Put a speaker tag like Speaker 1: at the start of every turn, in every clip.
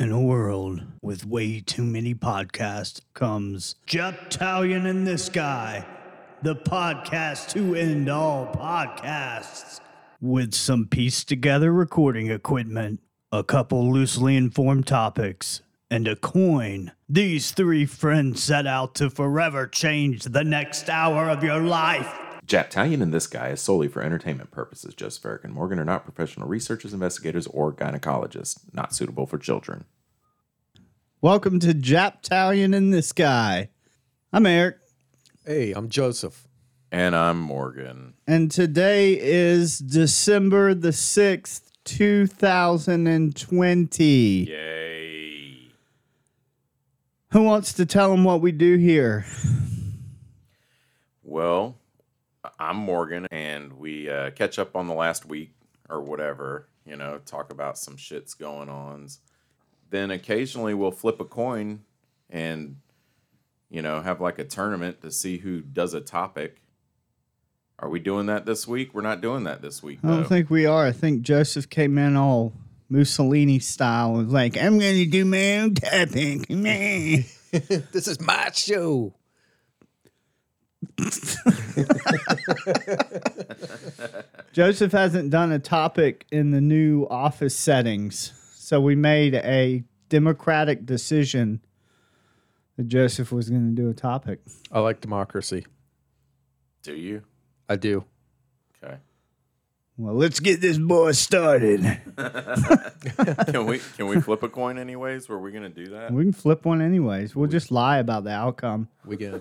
Speaker 1: In a world with way too many podcasts comes Japtalion and this guy, the podcast to end all podcasts. With some pieced together recording equipment, a couple loosely informed topics, and a coin, these three friends set out to forever change the next hour of your life.
Speaker 2: Japtalion and this guy is solely for entertainment purposes. Joseph Eric and Morgan are not professional researchers, investigators, or gynecologists. Not suitable for children.
Speaker 1: Welcome to Japtalion and this guy. I'm Eric.
Speaker 3: Hey, I'm Joseph.
Speaker 2: And I'm Morgan.
Speaker 1: And today is December the 6th, 2020.
Speaker 2: Yay.
Speaker 1: Who wants to tell them what we do here?
Speaker 4: Well, I'm Morgan, and we uh, catch up on the last week or whatever, you know, talk about some shits going ons. Then occasionally we'll flip a coin and, you know, have like a tournament to see who does a topic. Are we doing that this week? We're not doing that this week,
Speaker 1: I don't
Speaker 4: though.
Speaker 1: think we are. I think Joseph came in all Mussolini style and was like, I'm going to do my own topic. meh."
Speaker 3: This is my show.
Speaker 1: Joseph hasn't done a topic in the new office settings. So we made a democratic decision that Joseph was going to do a topic.
Speaker 3: I like democracy.
Speaker 4: Do you?
Speaker 3: I do.
Speaker 4: Okay.
Speaker 1: Well, let's get this boy started.
Speaker 4: Can we can we flip a coin anyways? Were we gonna do that?
Speaker 1: We can flip one anyways. We'll just lie about the outcome.
Speaker 3: We gonna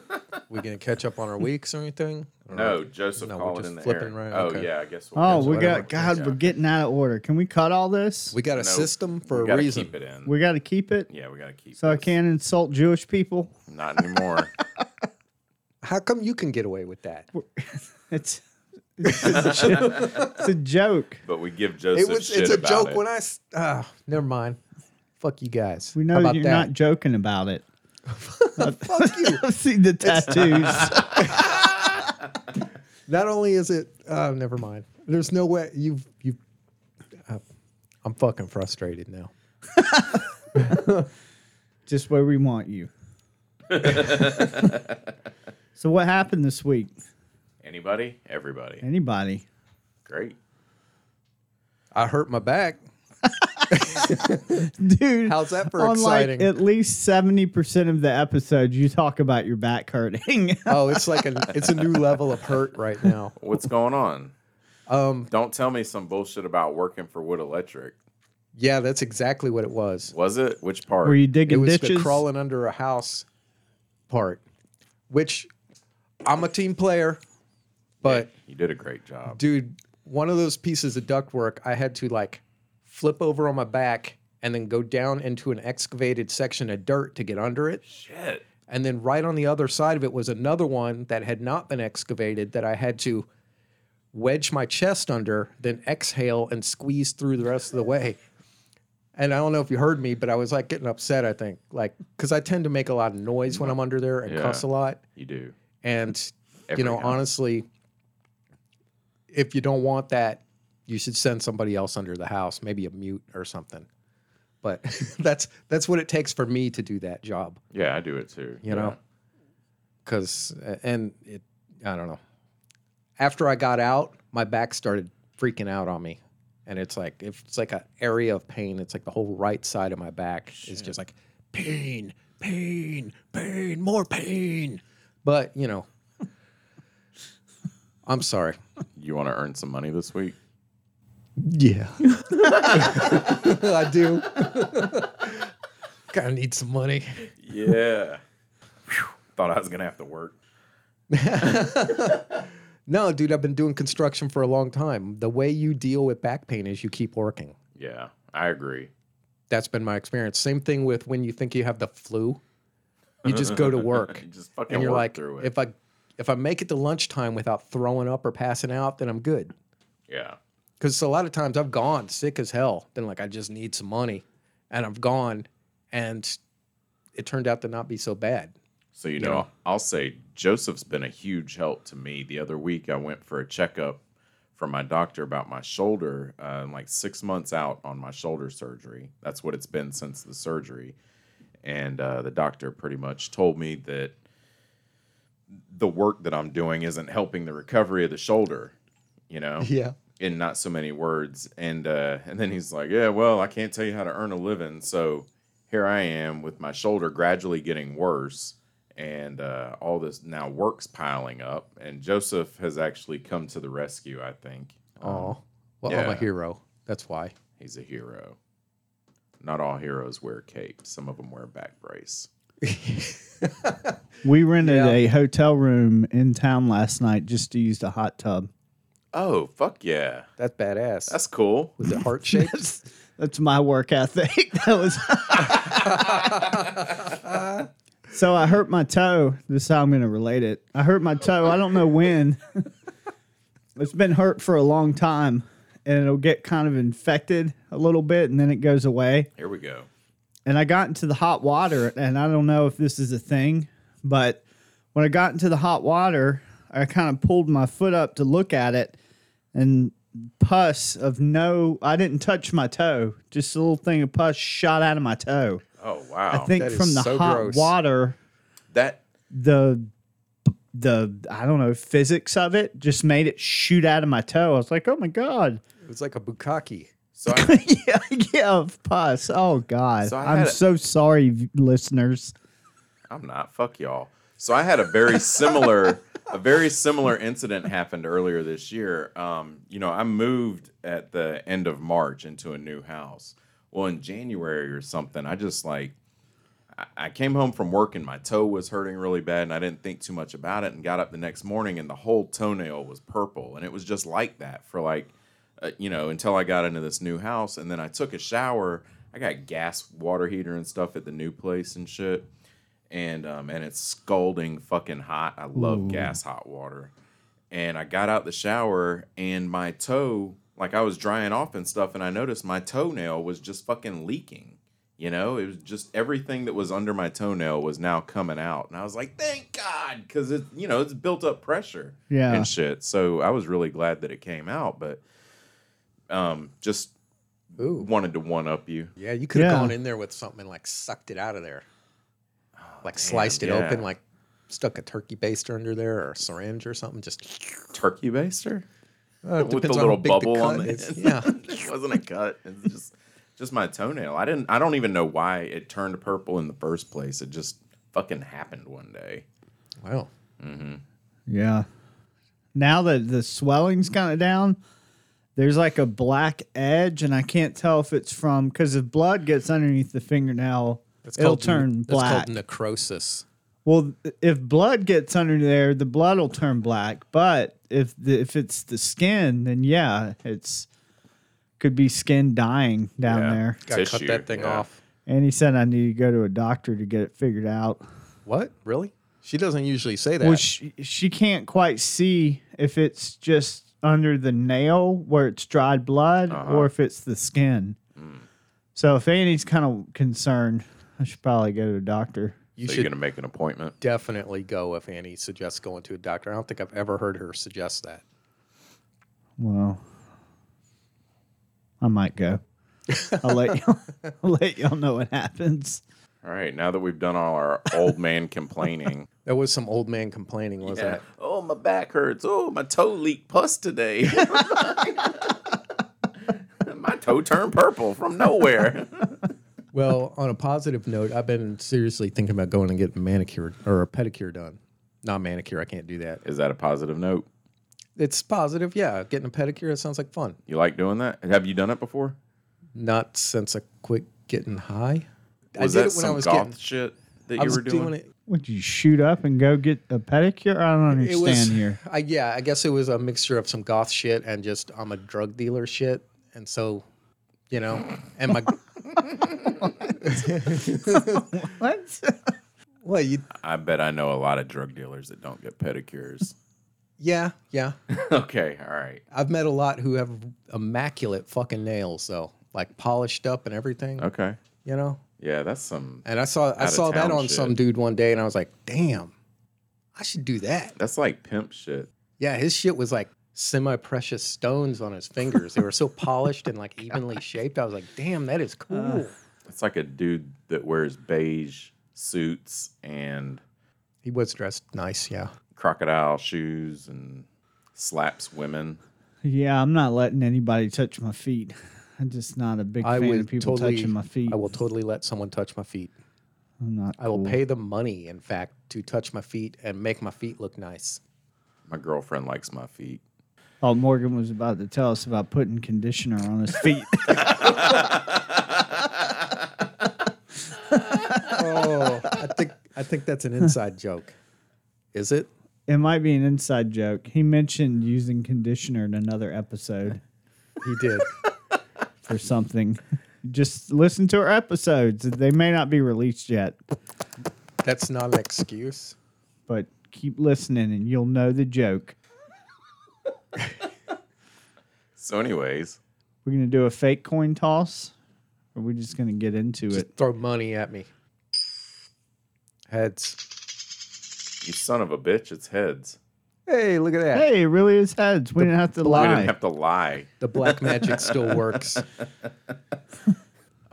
Speaker 3: we gonna catch up on our weeks or anything? Or-
Speaker 4: No, Joseph
Speaker 3: No, we're
Speaker 4: called
Speaker 3: just
Speaker 4: it in the air.
Speaker 3: flipping around,
Speaker 4: Oh
Speaker 3: okay.
Speaker 4: yeah, I guess. We'll
Speaker 1: Oh,
Speaker 4: catch
Speaker 1: we
Speaker 4: up.
Speaker 1: got God. We're getting out of order. Can we cut all this?
Speaker 3: We got a
Speaker 4: No,
Speaker 3: system for
Speaker 4: we
Speaker 3: a
Speaker 4: gotta
Speaker 3: reason.
Speaker 4: Keep it in.
Speaker 1: We got to keep it,
Speaker 4: yeah, we gotta keep.
Speaker 1: so I
Speaker 4: this.
Speaker 1: can't insult Jewish people.
Speaker 4: Not anymore.
Speaker 3: How come you can get away with that?
Speaker 1: It's it's a, jo- it's a joke.
Speaker 4: But we give Joseph
Speaker 3: It was
Speaker 4: shit
Speaker 3: it's a
Speaker 4: about
Speaker 3: joke
Speaker 4: it.
Speaker 3: when I s- ah, never mind. Fuck you guys.
Speaker 1: We know
Speaker 3: How about
Speaker 1: you're
Speaker 3: that?
Speaker 1: not joking about it.
Speaker 3: Fuck you.
Speaker 1: I've seen the tattoos.
Speaker 3: Not only is it uh, never mind. There's no way you you. Uh, I'm fucking frustrated now.
Speaker 1: Just where we want you. so what happened this week?
Speaker 4: Anybody? Everybody.
Speaker 1: Anybody?
Speaker 4: Great.
Speaker 3: I hurt my back.
Speaker 1: Dude,
Speaker 3: How's that for
Speaker 1: on like
Speaker 3: exciting?
Speaker 1: at least 70% of the episodes, you talk about your back hurting.
Speaker 3: Oh, it's like a it's a new level of hurt right now.
Speaker 4: What's going on?
Speaker 3: Um,
Speaker 4: Don't tell me some bullshit about working for Wood Electric.
Speaker 3: yeah, that's exactly what it was.
Speaker 4: Was it? Which part?
Speaker 1: Were you
Speaker 3: It
Speaker 1: digging
Speaker 3: was the
Speaker 1: ditches?
Speaker 3: crawling under a house part, which I'm a team player, but
Speaker 4: You did a great job.
Speaker 3: dude, one of those pieces of ductwork I had to like flip over on my back and then go down into an excavated section of dirt to get under it.
Speaker 4: Shit.
Speaker 3: And then right on the other side of it was another one that had not been excavated that I had to wedge my chest under, then exhale and squeeze through the rest of the way. And I don't know if you heard me, but I was like getting upset, I think, like, because I tend to make a lot of noise when I'm under there and
Speaker 4: Yeah.
Speaker 3: cuss a lot.
Speaker 4: You do.
Speaker 3: And,
Speaker 4: Every
Speaker 3: you know,
Speaker 4: now.
Speaker 3: honestly, if you don't want that, you should send somebody else under the house, maybe a mute or something. But that's that's what it takes for me to do that job
Speaker 4: Yeah, I do it too.
Speaker 3: you know because and it i don't know after i got out my back started freaking out on me and it's like if it's like an area of pain it's like the whole right side of my back is just like pain pain pain more pain but you know i'm sorry
Speaker 4: You want to earn some money this week?
Speaker 3: yeah i do gotta need some money
Speaker 4: Yeah. Thought I was gonna have to work.
Speaker 3: No, dude, I've been doing construction for a long time. The way you deal with back pain is you keep working.
Speaker 4: Yeah, I agree.
Speaker 3: That's been my experience. Same thing with when you think you have the flu, you just go to work
Speaker 4: You just fucking
Speaker 3: and you're
Speaker 4: work
Speaker 3: like,
Speaker 4: through it.
Speaker 3: if I if I make it to lunchtime without throwing up or passing out, then I'm good.
Speaker 4: yeah.
Speaker 3: Because a lot of times I've gone sick as hell, then like I just need some money, and I've gone, and it turned out to not be so bad.
Speaker 4: So you know, I'll say Joseph's been a huge help to me. The other week, I went for a checkup from my doctor about my shoulder. Uh, I'm like six months out on my shoulder surgery. That's what it's been since the surgery. And uh, the doctor pretty much told me that the work that I'm doing isn't helping the recovery of the shoulder, you know?
Speaker 3: Yeah.
Speaker 4: in not so many words. And uh, and then he's like, "Yeah, well, I can't tell you how to earn a living, so here I am with my shoulder gradually getting worse, and uh, all this now work's piling up." And Joseph has actually come to the rescue. I think
Speaker 3: Oh. Well, I'm a
Speaker 4: Uh-huh. Yeah.
Speaker 3: hero. That's why.
Speaker 4: he's a hero. Not all heroes wear capes. Some of them wear back brace.
Speaker 1: We rented
Speaker 3: Yeah.
Speaker 1: a hotel room in town last night just to use the hot tub.
Speaker 4: Oh fuck yeah,
Speaker 3: That's badass.
Speaker 4: that's cool.
Speaker 3: was it heart shaped?
Speaker 1: That's my work ethic. That was. so I hurt my toe. This is how I'm going to relate it. I hurt my toe. I don't know when. it's been hurt for a long time, and it'll get kind of infected a little bit, and then it goes away.
Speaker 4: Here we go.
Speaker 1: and I got into the hot water, and I don't know if this is a thing, but when I got into the hot water, I kind of pulled my foot up to look at it, and pus of no, I didn't touch my toe, just a little thing of pus shot out of my toe.
Speaker 4: Oh wow,
Speaker 1: I think
Speaker 3: that is
Speaker 1: from the
Speaker 3: so
Speaker 1: hot
Speaker 3: gross.
Speaker 1: water,
Speaker 4: that
Speaker 1: the the I don't know physics of it just made it shoot out of my toe. I was like, oh my god,
Speaker 3: it was like a bukkake.
Speaker 4: so I,
Speaker 1: yeah, yeah, of pus. Oh god,
Speaker 4: So I
Speaker 1: I'm
Speaker 4: had a-
Speaker 1: so sorry, v- listeners.
Speaker 4: I'm not. Fuck y'all. So I had a very similar, a very similar incident happened earlier this year. Um, you know, I moved at the end of March into a new house. Well, in January or something, I just like, I- I came home from work and my toe was hurting really bad, and I didn't think too much about it, and got up the next morning and the whole toenail was purple, and it was just like that for like, uh, you know, until I got into this new house, and then I took a shower. I got gas water heater and stuff at the new place and shit and um and it's scalding fucking hot. I love gas hot water. And I got out the shower and my toe, like I was drying off and stuff, and I noticed my toenail was just fucking leaking. You know, it was just everything that was under my toenail was now coming out. And I was like, thank God, because it, you know, it's built up pressure
Speaker 1: Yeah.
Speaker 4: and shit. So I was really glad that it came out, but um just
Speaker 3: Ooh.
Speaker 4: wanted to one up you.
Speaker 3: Yeah, you could have
Speaker 1: Yeah.
Speaker 3: gone in there with something and like sucked it out of there. Like
Speaker 4: damn,
Speaker 3: sliced it
Speaker 4: Oh, yeah.
Speaker 3: open, like stuck a turkey baster under there or a syringe or something. Just
Speaker 4: Turkey baster?
Speaker 3: uh,
Speaker 4: With the
Speaker 3: depends on how
Speaker 4: little
Speaker 3: big
Speaker 4: bubble
Speaker 3: cut
Speaker 4: on the
Speaker 3: is.
Speaker 4: end.
Speaker 3: Yeah.
Speaker 4: it wasn't a cut. It's just just my toenail. I didn't I don't even know why it turned purple in the first place. It just fucking happened one day.
Speaker 3: Wow.
Speaker 1: Yeah. Now that the swelling's kind of down, there's like a black edge, and I can't tell if it's from because if blood gets underneath the fingernail, it'll turn black.
Speaker 3: That's called necrosis.
Speaker 1: well, if blood gets under there, the blood will turn black. But if the, if it's the skin, then yeah, it's could be skin dying down
Speaker 4: Yeah.
Speaker 1: there.
Speaker 3: Got to cut
Speaker 4: Tissue,
Speaker 3: that thing
Speaker 4: yeah.
Speaker 3: off.
Speaker 1: And he said I need to go to a doctor to get it figured out.
Speaker 3: What? Really? She doesn't usually say that.
Speaker 1: Well, she, she can't quite see if it's just under the nail where it's dried blood
Speaker 3: Uh-huh.
Speaker 1: or if it's the skin.
Speaker 3: Mm.
Speaker 1: So if Annie's kind of concerned, I should probably go to a doctor.
Speaker 3: you
Speaker 4: so
Speaker 3: should
Speaker 4: you're gonna make an appointment.
Speaker 3: definitely go if Annie suggests going to a doctor. I don't think I've ever heard her suggest that.
Speaker 1: Well, I might go. I'll let y'all, I'll let y'all know what happens.
Speaker 4: All right, now that we've done all our old man complaining.
Speaker 3: There was some old man complaining, was
Speaker 4: Yeah.
Speaker 3: that?
Speaker 4: Oh my back hurts. Oh my toe leaked pus today. my toe turned purple from nowhere.
Speaker 3: Well, on a positive note, I've been seriously thinking about going and getting manicured or a pedicure done. Not manicure, I can't do that.
Speaker 4: Is that a positive note?
Speaker 3: It's positive, yeah. Getting a pedicure, it sounds like fun.
Speaker 4: You like doing that? Have you done it before?
Speaker 3: Not since I quit getting high.
Speaker 4: Was
Speaker 3: I
Speaker 4: that
Speaker 3: did it when
Speaker 4: some
Speaker 3: I was
Speaker 4: goth
Speaker 3: getting.
Speaker 4: shit that
Speaker 3: I
Speaker 4: you
Speaker 3: was
Speaker 4: were doing?
Speaker 3: doing it.
Speaker 1: Would you shoot up and go get a pedicure? I don't
Speaker 3: It
Speaker 1: understand
Speaker 3: was
Speaker 1: here.
Speaker 3: I, yeah, I guess it was a mixture of some goth shit and just I'm a drug dealer shit, and so, you know, and my
Speaker 1: What?
Speaker 3: well, you
Speaker 4: I bet I know a lot of drug dealers that don't get pedicures.
Speaker 3: yeah yeah.
Speaker 4: okay, all right.
Speaker 3: I've met a lot who have immaculate fucking nails though, like polished up and everything.
Speaker 4: Okay.
Speaker 3: You know,
Speaker 4: Yeah, that's some.
Speaker 3: And I saw
Speaker 4: Out
Speaker 3: I
Speaker 4: of
Speaker 3: saw that
Speaker 4: town
Speaker 3: on
Speaker 4: shit.
Speaker 3: some dude one day, and I was like, "Damn, I should do that."
Speaker 4: That's like pimp shit.
Speaker 3: Yeah, his shit was like semi-precious stones on his fingers. They were so polished and
Speaker 1: Oh
Speaker 3: like evenly shaped. I was like, damn, that is cool.
Speaker 4: It's like a dude that wears beige suits and
Speaker 3: he was dressed nice, yeah.
Speaker 4: crocodile shoes and slaps women.
Speaker 1: Yeah, I'm not letting anybody touch my feet. I'm just not a big
Speaker 3: I
Speaker 1: fan
Speaker 3: would
Speaker 1: of people
Speaker 3: totally,
Speaker 1: touching my feet.
Speaker 3: I will totally let someone touch my feet.
Speaker 1: I'm not.
Speaker 3: I will pay them money, in fact, to touch my feet and make my feet look nice.
Speaker 4: My girlfriend likes my feet.
Speaker 1: Oh, Morgan was about to tell us about putting conditioner on his feet.
Speaker 3: Oh, I think I think that's an inside joke. Is it?
Speaker 1: it might be an inside joke. He mentioned using conditioner in another episode
Speaker 3: He did.
Speaker 1: for something. Just listen to our episodes. They may not be released yet,
Speaker 3: That's not an excuse.
Speaker 1: but keep listening and you'll know the joke.
Speaker 4: So, anyways,
Speaker 1: We're going to do a fake coin toss, or we're just going to get into
Speaker 3: Just
Speaker 1: it.
Speaker 3: throw money at me. Heads.
Speaker 4: you son of a bitch, it's heads.
Speaker 3: Hey, look at that.
Speaker 1: Hey, it really is heads. We didn't have to
Speaker 4: We
Speaker 1: lie.
Speaker 4: didn't have to lie.
Speaker 3: The black magic still works.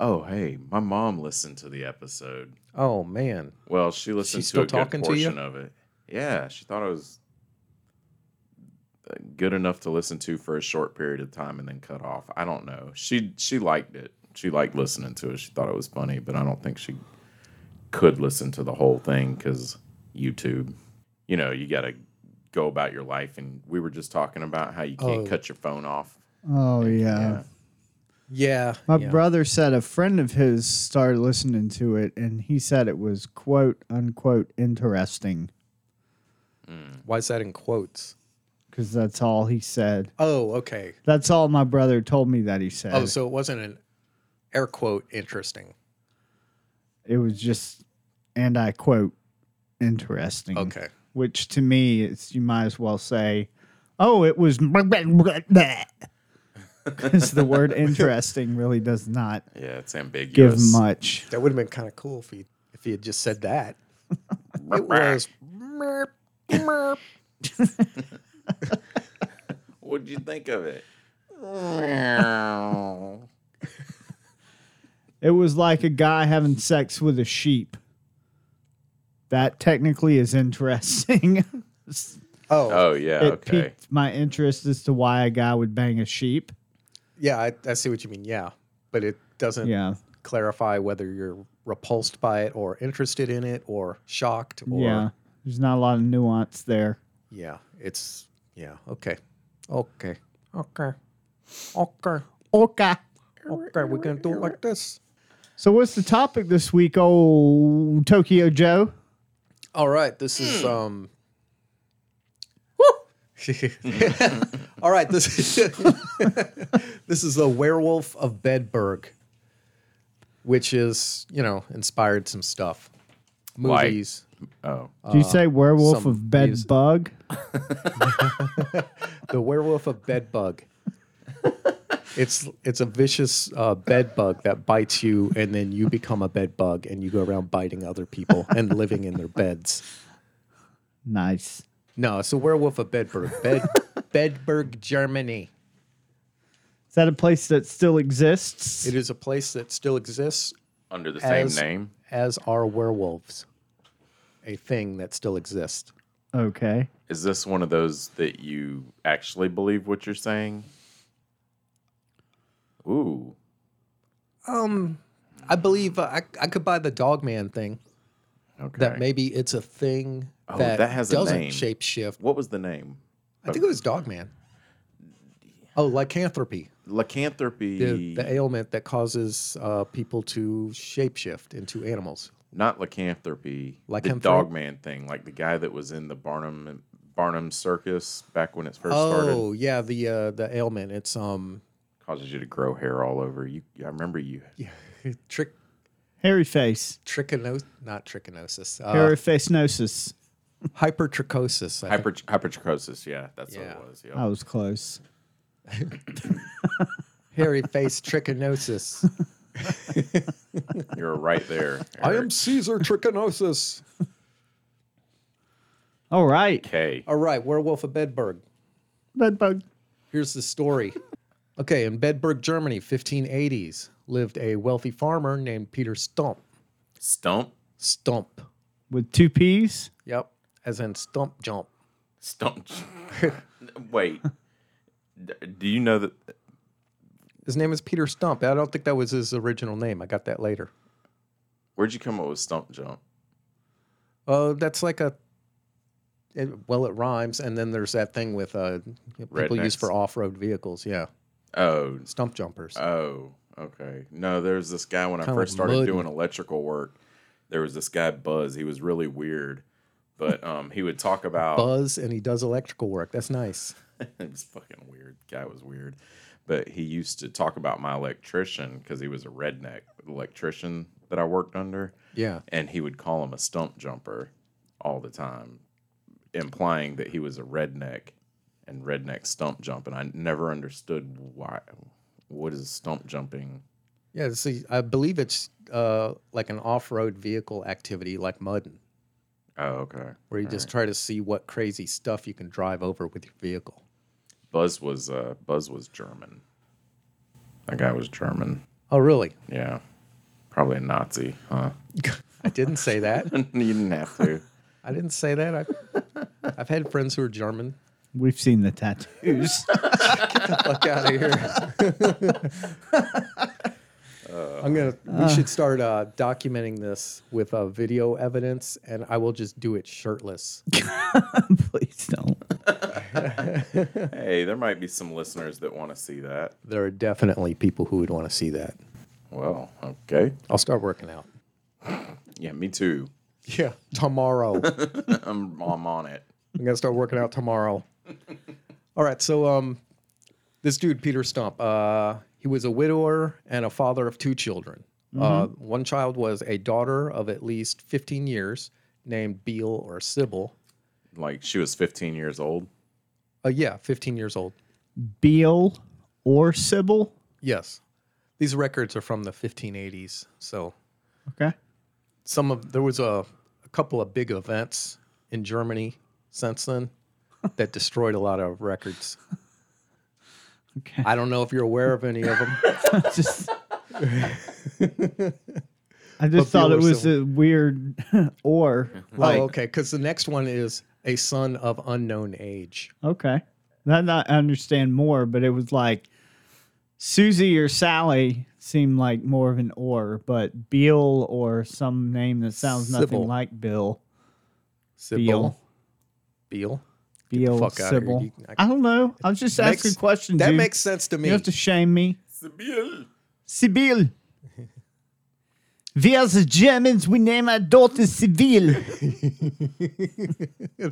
Speaker 4: Oh, hey, my mom listened to the episode.
Speaker 3: Oh man.
Speaker 4: Well, she listened
Speaker 3: She's
Speaker 4: to
Speaker 3: still
Speaker 4: a
Speaker 3: talking
Speaker 4: good
Speaker 3: to you?
Speaker 4: portion of it. Yeah, she thought it was uh, good enough to listen to for a short period of time and then cut off. I don't know. She she liked it. She liked listening to it. She thought it was funny, but I don't think she could listen to the whole thing because YouTube. You know, you got to go about your life, and we were just talking about how you can't
Speaker 3: Oh.
Speaker 4: cut your phone off.
Speaker 1: oh,
Speaker 4: Yeah.
Speaker 1: yeah.
Speaker 3: Yeah.
Speaker 1: My
Speaker 3: yeah.
Speaker 1: brother said a friend of his started listening to it, and he said it was quote unquote interesting
Speaker 3: Why is that in quotes?
Speaker 1: because that's all he said.
Speaker 3: Oh, okay.
Speaker 1: That's all my brother told me that he said.
Speaker 3: Oh, so it wasn't an air quote interesting.
Speaker 1: it was just, and I quote, interesting.
Speaker 3: Okay.
Speaker 1: Which to me, it's you might as well say, oh, it was because the word interesting really does not
Speaker 4: Yeah, it's
Speaker 1: give
Speaker 4: ambiguous.
Speaker 1: much.
Speaker 3: That would have been kind of cool if he if he had just said that. it was merp, merp.
Speaker 4: What'd you think of it? yeah,
Speaker 1: It was like a guy having sex with a sheep. That technically is interesting.
Speaker 3: Oh,
Speaker 4: Oh yeah,
Speaker 1: it
Speaker 4: okay.
Speaker 1: piqued my interest as to why a guy would bang a sheep.
Speaker 3: yeah, I, I see what you mean. Yeah, but it doesn't
Speaker 1: Yeah.
Speaker 3: clarify whether you're repulsed by it or interested in it or shocked or
Speaker 1: yeah. There's not a lot of nuance there.
Speaker 3: Yeah, it's yeah. Okay, okay, okay, okay,
Speaker 1: Okay.
Speaker 3: okay. We're gonna do it like this.
Speaker 1: So what's the topic this week, old Tokyo Joe?
Speaker 3: All right, this is um. All right, this this is the Werewolf of Bedburg, which is you know inspired some stuff,
Speaker 4: Like-
Speaker 3: movies.
Speaker 4: oh,
Speaker 1: Do you say werewolf
Speaker 3: Uh, some
Speaker 1: of bed
Speaker 3: music.
Speaker 1: bug?
Speaker 3: The Werewolf of Bedbug. it's it's a vicious uh, bed bug that bites you, and then you become a bed bug, and you go around biting other people and living in their beds.
Speaker 1: Nice.
Speaker 3: No, it's a werewolf of Bedburg, Bed, Bedburg, Germany.
Speaker 1: Is that a place that still exists?
Speaker 3: It is a place that still exists,
Speaker 4: under the same
Speaker 3: As-
Speaker 4: name.
Speaker 3: as are werewolves, a thing that still exists.
Speaker 1: okay.
Speaker 4: Is this one of those that you actually believe what you're saying? Ooh,
Speaker 3: I believe uh, I, I could buy the Dogman thing.
Speaker 4: okay.
Speaker 3: That maybe it's a thing
Speaker 4: Oh,
Speaker 3: that,
Speaker 4: that has a
Speaker 3: doesn't
Speaker 4: name.
Speaker 3: shapeshift.
Speaker 4: what was the name?
Speaker 3: I think it was Dogman. Oh, lycanthropy,
Speaker 4: Lycanthropy.
Speaker 3: the, the ailment that causes uh, people to shapeshift into animals.
Speaker 4: not lycanthropy. The
Speaker 3: Lycanthro-
Speaker 4: Dogman thing, like the guy that was in the Barnum Barnum Circus back when it first started,
Speaker 3: Oh, yeah, the uh, the ailment. It's um
Speaker 4: causes you to grow hair all over. You, I remember you.
Speaker 3: trick
Speaker 1: Hairy face.
Speaker 3: trichinosis, not trichinosis,
Speaker 1: Hairy
Speaker 3: uh,
Speaker 1: face nosis.
Speaker 3: hypertrichosis. I think.
Speaker 4: Hyper, hypertrichosis. Yeah, that's
Speaker 3: Yeah.
Speaker 4: what it was.
Speaker 1: I
Speaker 4: Yeah.
Speaker 1: was close.
Speaker 3: hairy face trichinosis.
Speaker 4: You're right there.
Speaker 3: I
Speaker 4: Eric.
Speaker 3: am Caesar Trichinosis.
Speaker 1: All right.
Speaker 4: Okay.
Speaker 3: All right, werewolf of Bedburg.
Speaker 1: Bed bug.
Speaker 3: Here's the story. Okay, in Bedburg, Germany, 1580s, lived a wealthy farmer named Peter Stump.
Speaker 4: Stump,
Speaker 3: Stump.
Speaker 1: With two P's?
Speaker 3: Yep, as in stump jump.
Speaker 4: stump. Wait, D- do you know that?
Speaker 3: His name is Peter Stump. I don't think that was his original name. I got that later.
Speaker 4: Where'd you come up with stump jump?
Speaker 3: Oh, that's like a. It, well, it rhymes, and then there's that thing with uh, people use
Speaker 4: Rednecks.
Speaker 3: for off-road vehicles. Yeah,
Speaker 4: Oh,
Speaker 3: stump jumpers.
Speaker 4: Oh, okay. No, there's this guy when I
Speaker 3: Kinda
Speaker 4: first
Speaker 3: like
Speaker 4: started
Speaker 3: mud.
Speaker 4: doing electrical work. There was this guy Buzz. He was really weird, but um, he would talk about
Speaker 3: Buzz, and he does electrical work. That's nice.
Speaker 4: it was fucking weird. Guy was weird, but he used to talk about my electrician because he was a redneck electrician that I worked under,
Speaker 3: Yeah,
Speaker 4: and he would call him a stump jumper all the time, implying that he was a redneck and redneck stump jump. And I never understood why. What is stump jumping?
Speaker 3: yeah. See, I believe it's uh, like an off-road vehicle activity, like mudding,
Speaker 4: Oh, okay.
Speaker 3: where you just try to see what crazy stuff you can drive over with your vehicle.
Speaker 4: Buzz was uh, Buzz was German. That guy was German.
Speaker 3: Oh, really?
Speaker 4: Yeah, probably a Nazi, huh?
Speaker 3: I didn't say that.
Speaker 4: you didn't have to.
Speaker 3: I didn't say that. I've, I've had friends who are German.
Speaker 1: We've seen the tattoos.
Speaker 3: Fuck out of here. Uh, I'm gonna. We should start uh, documenting this with uh, video evidence, and I will just do it shirtless.
Speaker 1: Please don't.
Speaker 4: hey, there might be some listeners that want to see that.
Speaker 3: There are definitely people who would want to see that.
Speaker 4: Well, okay.
Speaker 3: I'll start working out.
Speaker 4: Yeah, me too.
Speaker 3: Yeah, tomorrow.
Speaker 4: I'm, I'm on it.
Speaker 3: I'm gonna start working out tomorrow. All right, so um, this dude Peter Stump, uh, he was a widower and a father of two children. Uh, one child was a daughter of at least 15 years, named Beale or Sybil.
Speaker 4: Like she was 15 years old.
Speaker 3: Uh, yeah, 15 years old.
Speaker 1: Beal or Sybil?
Speaker 3: Yes, these records are from the 1580s, so
Speaker 1: Okay.
Speaker 3: some of there was a, a couple of big events in Germany since then that destroyed a lot of records.
Speaker 1: Okay.
Speaker 3: I don't know if you're aware of any of them.
Speaker 1: just I just thought it
Speaker 3: Bueller
Speaker 1: was
Speaker 3: still-
Speaker 1: a weird or
Speaker 3: oh, okay. Because the next one is a son of unknown age.
Speaker 1: okay. That I understand more, but it was like Susie or Sally seemed like more of an or, but Beal or some name that sounds
Speaker 3: Sybil.
Speaker 1: nothing like Bill.
Speaker 3: Sybil. Beal.
Speaker 1: Beal
Speaker 3: fuck outta here,
Speaker 1: Sybil.
Speaker 3: you- I-
Speaker 1: I, don't know. I was just
Speaker 3: Makes-
Speaker 1: asking questions.
Speaker 3: That
Speaker 1: dude.
Speaker 3: makes sense to me.
Speaker 1: you have to shame me.
Speaker 4: Sibyl.
Speaker 1: Sibyl. We are the Germans. We name our daughter Sibyl.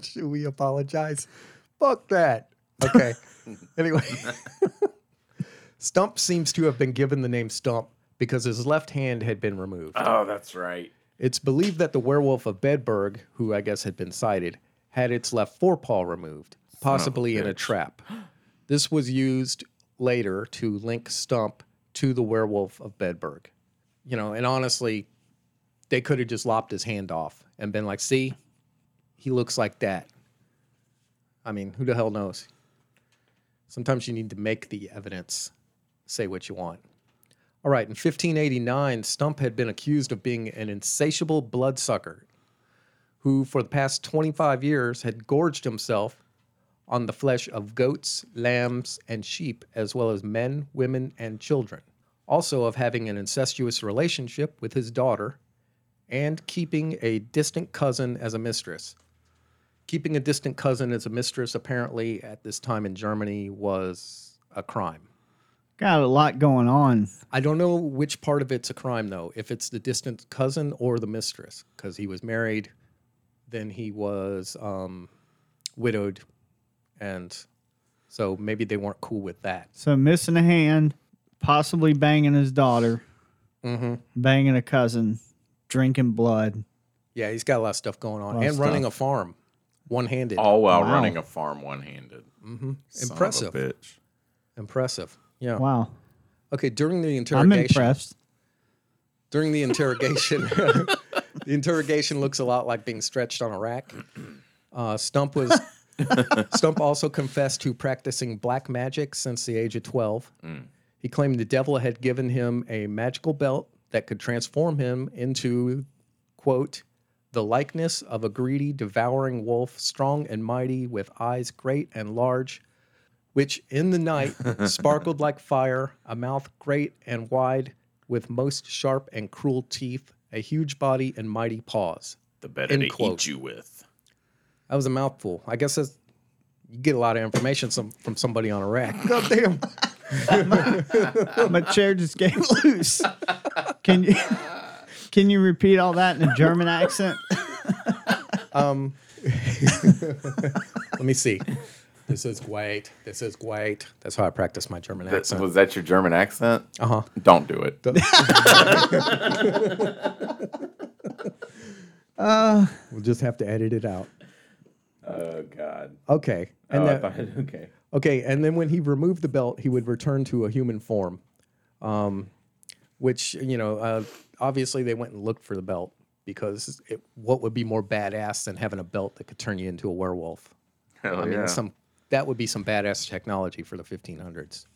Speaker 3: Should we apologize? Fuck that. Okay. anyway, Stump seems to have been given the name Stump because his left hand had been removed.
Speaker 4: Oh, that's right.
Speaker 3: It's believed that the werewolf of Bedburg, who I guess had been sighted, had its left forepaw removed, possibly in a trap. This was used later to link Stump to the werewolf of Bedburg. You know, and honestly, they could have just lopped his hand off and been like, see, he looks like that. I mean, who the hell knows? Sometimes you need to make the evidence say what you want. All right, in 1589, Stump had been accused of being an insatiable bloodsucker who, for the past 25 years, had gorged himself on the flesh of goats, lambs, and sheep, as well as men, women, and children. Also, of having an incestuous relationship with his daughter and keeping a distant cousin as a mistress. Keeping a distant cousin as a mistress, apparently, at this time in Germany, was a crime.
Speaker 1: Got a lot going on.
Speaker 3: I don't know which part of it's a crime though. If it's the distant cousin or the mistress, because he was married, then he was um, widowed, and so maybe they weren't cool with that.
Speaker 1: So missing a hand, possibly banging his daughter,
Speaker 3: Mm-hmm.
Speaker 1: banging a cousin, drinking blood.
Speaker 3: Yeah, he's got a lot of stuff going on,
Speaker 1: Lot of
Speaker 3: and running
Speaker 1: stuff.
Speaker 3: a farm, one-handed,
Speaker 4: All while
Speaker 1: Wow.
Speaker 4: running a farm one handed.
Speaker 3: Mm-hmm. impressive,
Speaker 4: Bitch.
Speaker 3: impressive. Yeah.
Speaker 1: Wow.
Speaker 3: Okay. During the
Speaker 1: I'm
Speaker 3: interrogation,
Speaker 1: impressed.
Speaker 3: during the interrogation, the interrogation looks a lot like being stretched on a rack. Uh, Stump was Stump also confessed to practicing black magic since the age of 12. He claimed the devil had given him a magical belt that could transform him into, quote, the likeness of a greedy, devouring wolf, strong and mighty, with eyes great and large, which in the night sparkled like fire, a mouth great and wide, with most sharp and cruel teeth, a huge body and mighty paws.
Speaker 4: The better
Speaker 3: End
Speaker 4: to
Speaker 3: quote.
Speaker 4: eat you with.
Speaker 3: That was a mouthful. I guess that's, you get a lot of information some, from somebody on a rack. God damn.
Speaker 1: My chair just gave loose. Can you can you repeat all that in a German accent?
Speaker 3: Um, let me see. This is great. This is great. That's how I practice my German
Speaker 4: That,
Speaker 3: accent.
Speaker 4: was that your German accent?
Speaker 3: Uh huh.
Speaker 4: Don't do it.
Speaker 3: We'll just have to edit it out.
Speaker 4: Oh God.
Speaker 3: Okay. And
Speaker 4: oh, I
Speaker 3: that-
Speaker 4: thought, okay.
Speaker 3: Okay, and then when he removed the belt, he would return to a human form, um, which you know, uh, obviously they went and looked for the belt because it, what would be more badass than having a belt that could turn you into a werewolf?
Speaker 4: Hell
Speaker 3: I mean,
Speaker 4: yeah.
Speaker 3: some that would be some badass technology for the 1500s,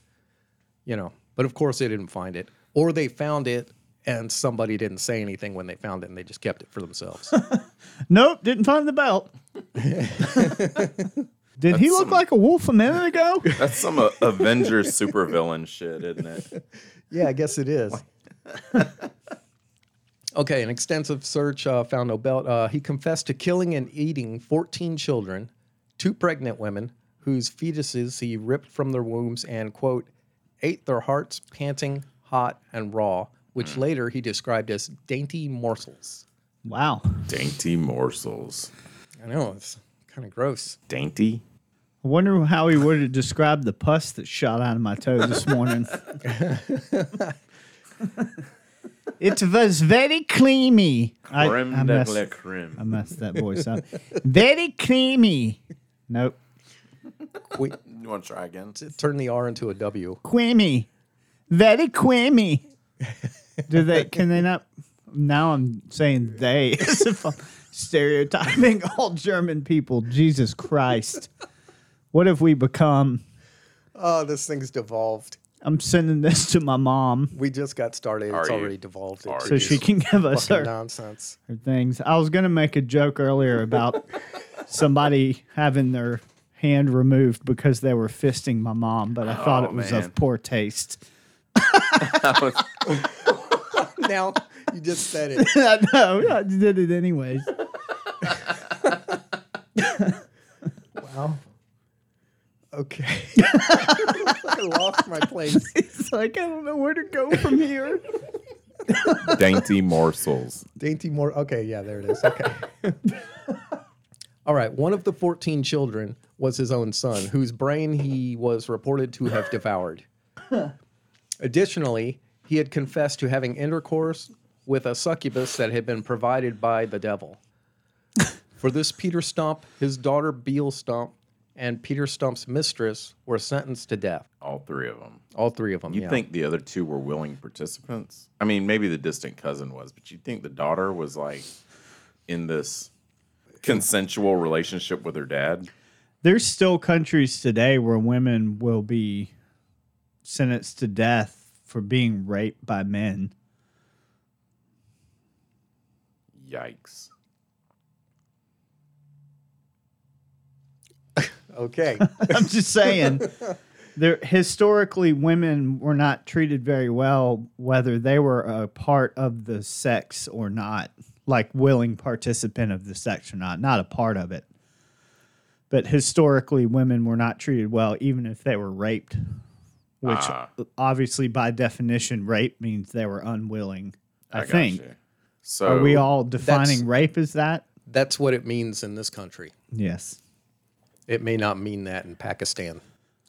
Speaker 3: you know. But of course, they didn't find it, or they found it and somebody didn't say anything when they found it, and they just kept it for themselves.
Speaker 1: Nope, didn't find the belt. Did he look like a wolf a minute ago?
Speaker 4: That's some uh, Avengers supervillain shit, isn't it?
Speaker 3: Yeah, I guess it is. okay, an extensive search uh, found no belt. Uh, he confessed to killing and eating 14 children, two pregnant women, whose fetuses he ripped from their wombs and, quote, ate their hearts panting, hot, and raw, which later he described as dainty morsels.
Speaker 1: Wow. I
Speaker 4: Dainty morsels.
Speaker 3: I know, it's kind of gross.
Speaker 4: Dainty.
Speaker 1: wonder how he would have described the pus that shot out of my toe this morning. it was very creamy. I,
Speaker 4: Creme
Speaker 1: I
Speaker 4: de
Speaker 1: messed-
Speaker 4: la
Speaker 1: I
Speaker 4: creme.
Speaker 1: messed that voice up. Very creamy. Nope.
Speaker 3: Que-
Speaker 4: You want to try again?
Speaker 3: turn the R into a W.
Speaker 1: Quimmy. Very quimmy. Do they can they not now I'm saying they as if I'm stereotyping all German people. Jesus Christ. What have we become?
Speaker 3: Oh, this thing's devolved.
Speaker 1: I'm sending this to my mom
Speaker 3: We just got started.
Speaker 4: Are
Speaker 3: It's
Speaker 4: you-
Speaker 3: already devolved.
Speaker 4: are
Speaker 3: into
Speaker 1: so
Speaker 4: you?
Speaker 3: just
Speaker 1: she can give us
Speaker 3: fucking
Speaker 1: her,
Speaker 3: nonsense.
Speaker 1: her things. I was gonna make a joke earlier about somebody having their hand removed because they were fisting my mom, but I thought
Speaker 4: Oh,
Speaker 1: it was
Speaker 4: man.
Speaker 1: of poor taste.
Speaker 3: now you just said it.
Speaker 1: I know, I did it anyways.
Speaker 3: Wow. Okay. I lost my place.
Speaker 1: It's like I don't know where to go from here.
Speaker 4: Dainty morsels.
Speaker 3: Dainty more. Okay, yeah, there it is. Okay. All right. One of the 14 children was his own son, whose brain he was reported to have devoured. Additionally, he had confessed to having intercourse with a succubus that had been provided by the devil. For this, Peter Stump, his daughter Beale Stump, and Peter Stump's mistress were sentenced to death.
Speaker 4: All three of them.
Speaker 3: All three of them.
Speaker 4: You'd
Speaker 3: yeah.
Speaker 4: think the other two were willing participants. I mean, maybe the distant cousin was, but you'd think the daughter was like in this consensual relationship with her dad.
Speaker 1: There's still countries today where women will be sentenced to death for being raped by men.
Speaker 4: Yikes.
Speaker 3: Okay.
Speaker 1: I'm just saying. There, historically, women were not treated very well, whether they were a part of the sex or not, like willing participant of the sex or not, not a part of it. But historically, women were not treated well, even if they were raped, which
Speaker 4: Ah.
Speaker 1: obviously, by definition, rape means they were unwilling. I,
Speaker 4: got
Speaker 1: think.
Speaker 4: you. So
Speaker 1: Are we all defining rape as that?
Speaker 3: That's what it means in this country.
Speaker 1: Yes.
Speaker 3: It may not mean that in Pakistan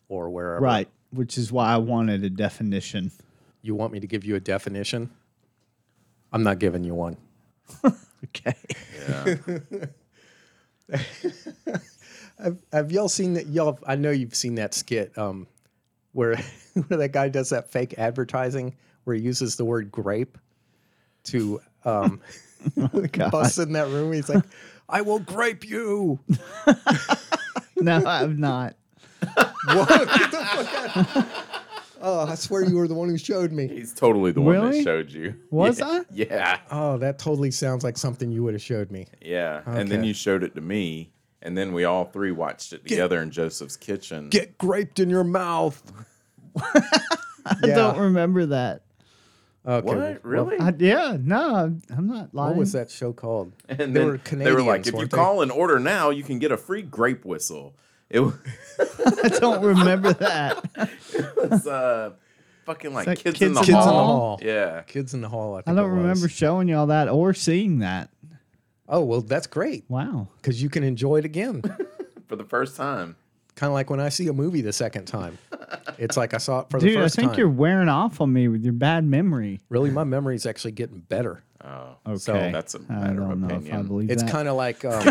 Speaker 3: or wherever.
Speaker 1: Right. Which is why I wanted a definition.
Speaker 3: You want me to give you a definition? I'm not giving you one.
Speaker 1: Okay.
Speaker 3: Have y'all seen that? Y'all, I know you've seen that skit um, where where that guy does that fake advertising where he uses the word grape to um,
Speaker 1: God.
Speaker 3: bust in that room. He's like, "I will grape you."
Speaker 1: No, I'm not.
Speaker 3: What? Get the fuck out. Oh, I swear you were the one who showed me.
Speaker 4: He's totally the one that
Speaker 1: Really?
Speaker 4: showed you.
Speaker 1: Was
Speaker 4: yeah.
Speaker 1: I?
Speaker 4: Yeah.
Speaker 3: Oh, that totally sounds like something you would have showed me.
Speaker 4: Yeah. And then
Speaker 3: Okay.
Speaker 4: you showed it to me. And then we all three watched it together in Joseph's kitchen.
Speaker 3: Get graped in your mouth.
Speaker 1: I don't remember that.
Speaker 3: Okay.
Speaker 4: what?
Speaker 3: well,
Speaker 4: really?
Speaker 1: I, yeah, no, I'm- I'm not lying.
Speaker 3: What was that show called?
Speaker 4: and
Speaker 3: they
Speaker 4: then
Speaker 3: were
Speaker 4: They were like,
Speaker 3: Canadians,
Speaker 4: if you
Speaker 3: weren't they?"
Speaker 4: call an order now, you can get a free grape whistle. It was
Speaker 1: I don't remember that.
Speaker 4: uh, fucking like
Speaker 1: that
Speaker 4: kids, in the
Speaker 1: Kids in the
Speaker 4: hall.
Speaker 1: Hall?
Speaker 4: Yeah.
Speaker 3: Kids in the Hall. I,
Speaker 1: I
Speaker 3: think
Speaker 1: don't
Speaker 3: it was.
Speaker 1: remember showing y'all that or seeing that.
Speaker 3: Oh well, that's great
Speaker 1: Wow.
Speaker 3: because you can enjoy it again.
Speaker 4: For the first time.
Speaker 3: kind of like when I see a movie the second time. It's like I saw it for
Speaker 1: Dude,
Speaker 3: the
Speaker 1: I
Speaker 3: first
Speaker 1: think
Speaker 3: time.
Speaker 1: you're wearing off on me with your bad memory.
Speaker 3: Really, my memory's actually getting better.
Speaker 4: Oh.
Speaker 1: Okay.
Speaker 4: So that's a
Speaker 1: I
Speaker 4: matter
Speaker 1: don't
Speaker 4: of
Speaker 1: know if I
Speaker 4: opinion.
Speaker 1: believe
Speaker 3: It's
Speaker 1: that.
Speaker 3: kind of like um,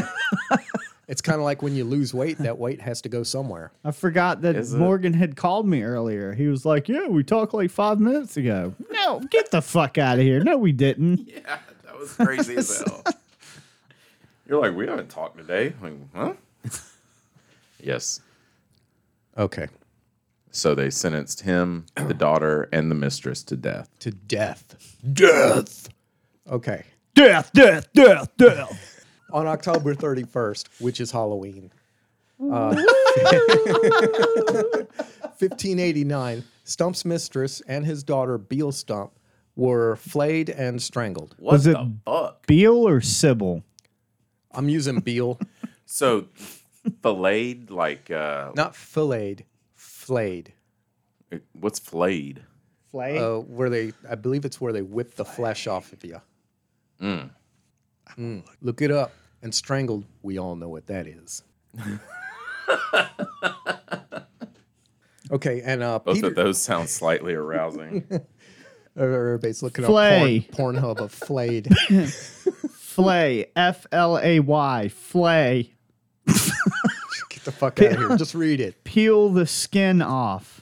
Speaker 3: it's kind of like when you lose weight, that weight has to go somewhere.
Speaker 1: I forgot that
Speaker 4: Is it-
Speaker 1: Morgan had called me earlier. He was like, "Yeah, we talked like five minutes ago." No, get the fuck out of here. No, we didn't.
Speaker 4: Yeah, that was crazy as hell. You're like, we haven't talked today. Like, huh? yes.
Speaker 3: Okay,
Speaker 4: So they sentenced him, the daughter, and the mistress to death.
Speaker 3: to death, death. Okay,
Speaker 1: Death, death, death, death.
Speaker 3: on October thirty first, which is Halloween, uh, fifteen eighty nine. Stump's mistress and his daughter Beale Stump were flayed and strangled.
Speaker 4: What
Speaker 1: Was it-
Speaker 4: the fuck?
Speaker 1: Beal or Sybil?
Speaker 3: I'm using Beale,
Speaker 4: So filleted, like, uh,
Speaker 3: not filleted, flayed.
Speaker 4: what's flayed?
Speaker 1: Flay.
Speaker 3: Uh, where they, I believe it's where they whip the flesh off of you. Mm. Look it up. And strangled, we all know what that is. okay, and uh,
Speaker 4: Both
Speaker 3: Peter,
Speaker 4: of those sound slightly arousing.
Speaker 3: everybody's looking
Speaker 1: Flay.
Speaker 3: up porn, Pornhub of flayed.
Speaker 1: Flay. F L A Y. Flay.
Speaker 3: Get the fuck out of here. Just read it.
Speaker 1: Peel the skin off.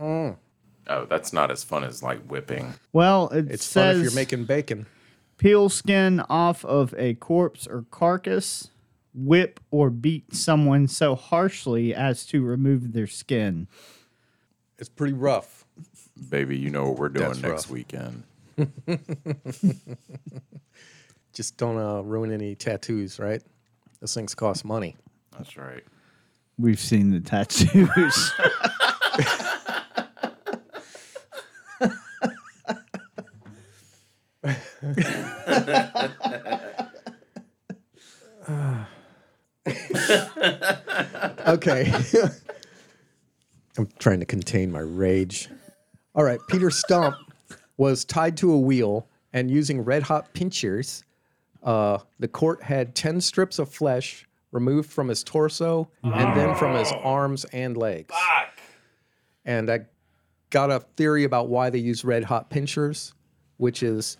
Speaker 1: Mm.
Speaker 4: oh, that's not as fun as like whipping.
Speaker 1: Well, it
Speaker 3: It's
Speaker 1: says
Speaker 3: fun if you're making bacon.
Speaker 1: peel skin off of a corpse or carcass, whip or beat someone so harshly as to remove their skin.
Speaker 3: It's pretty rough.
Speaker 4: Baby, you know what we're doing
Speaker 3: That's
Speaker 4: next
Speaker 3: rough.
Speaker 4: weekend.
Speaker 3: Just don't uh, ruin any tattoos, right? Those things cost money.
Speaker 4: That's right.
Speaker 1: We've seen the tattoos.
Speaker 3: okay. I'm trying to contain my rage. All right. Peter Stump was tied to a wheel and using red hot pinchers. Uh, the court had 10 strips of flesh removed from his torso and then from his arms and legs. And I got a theory about why they use red hot pinchers, which is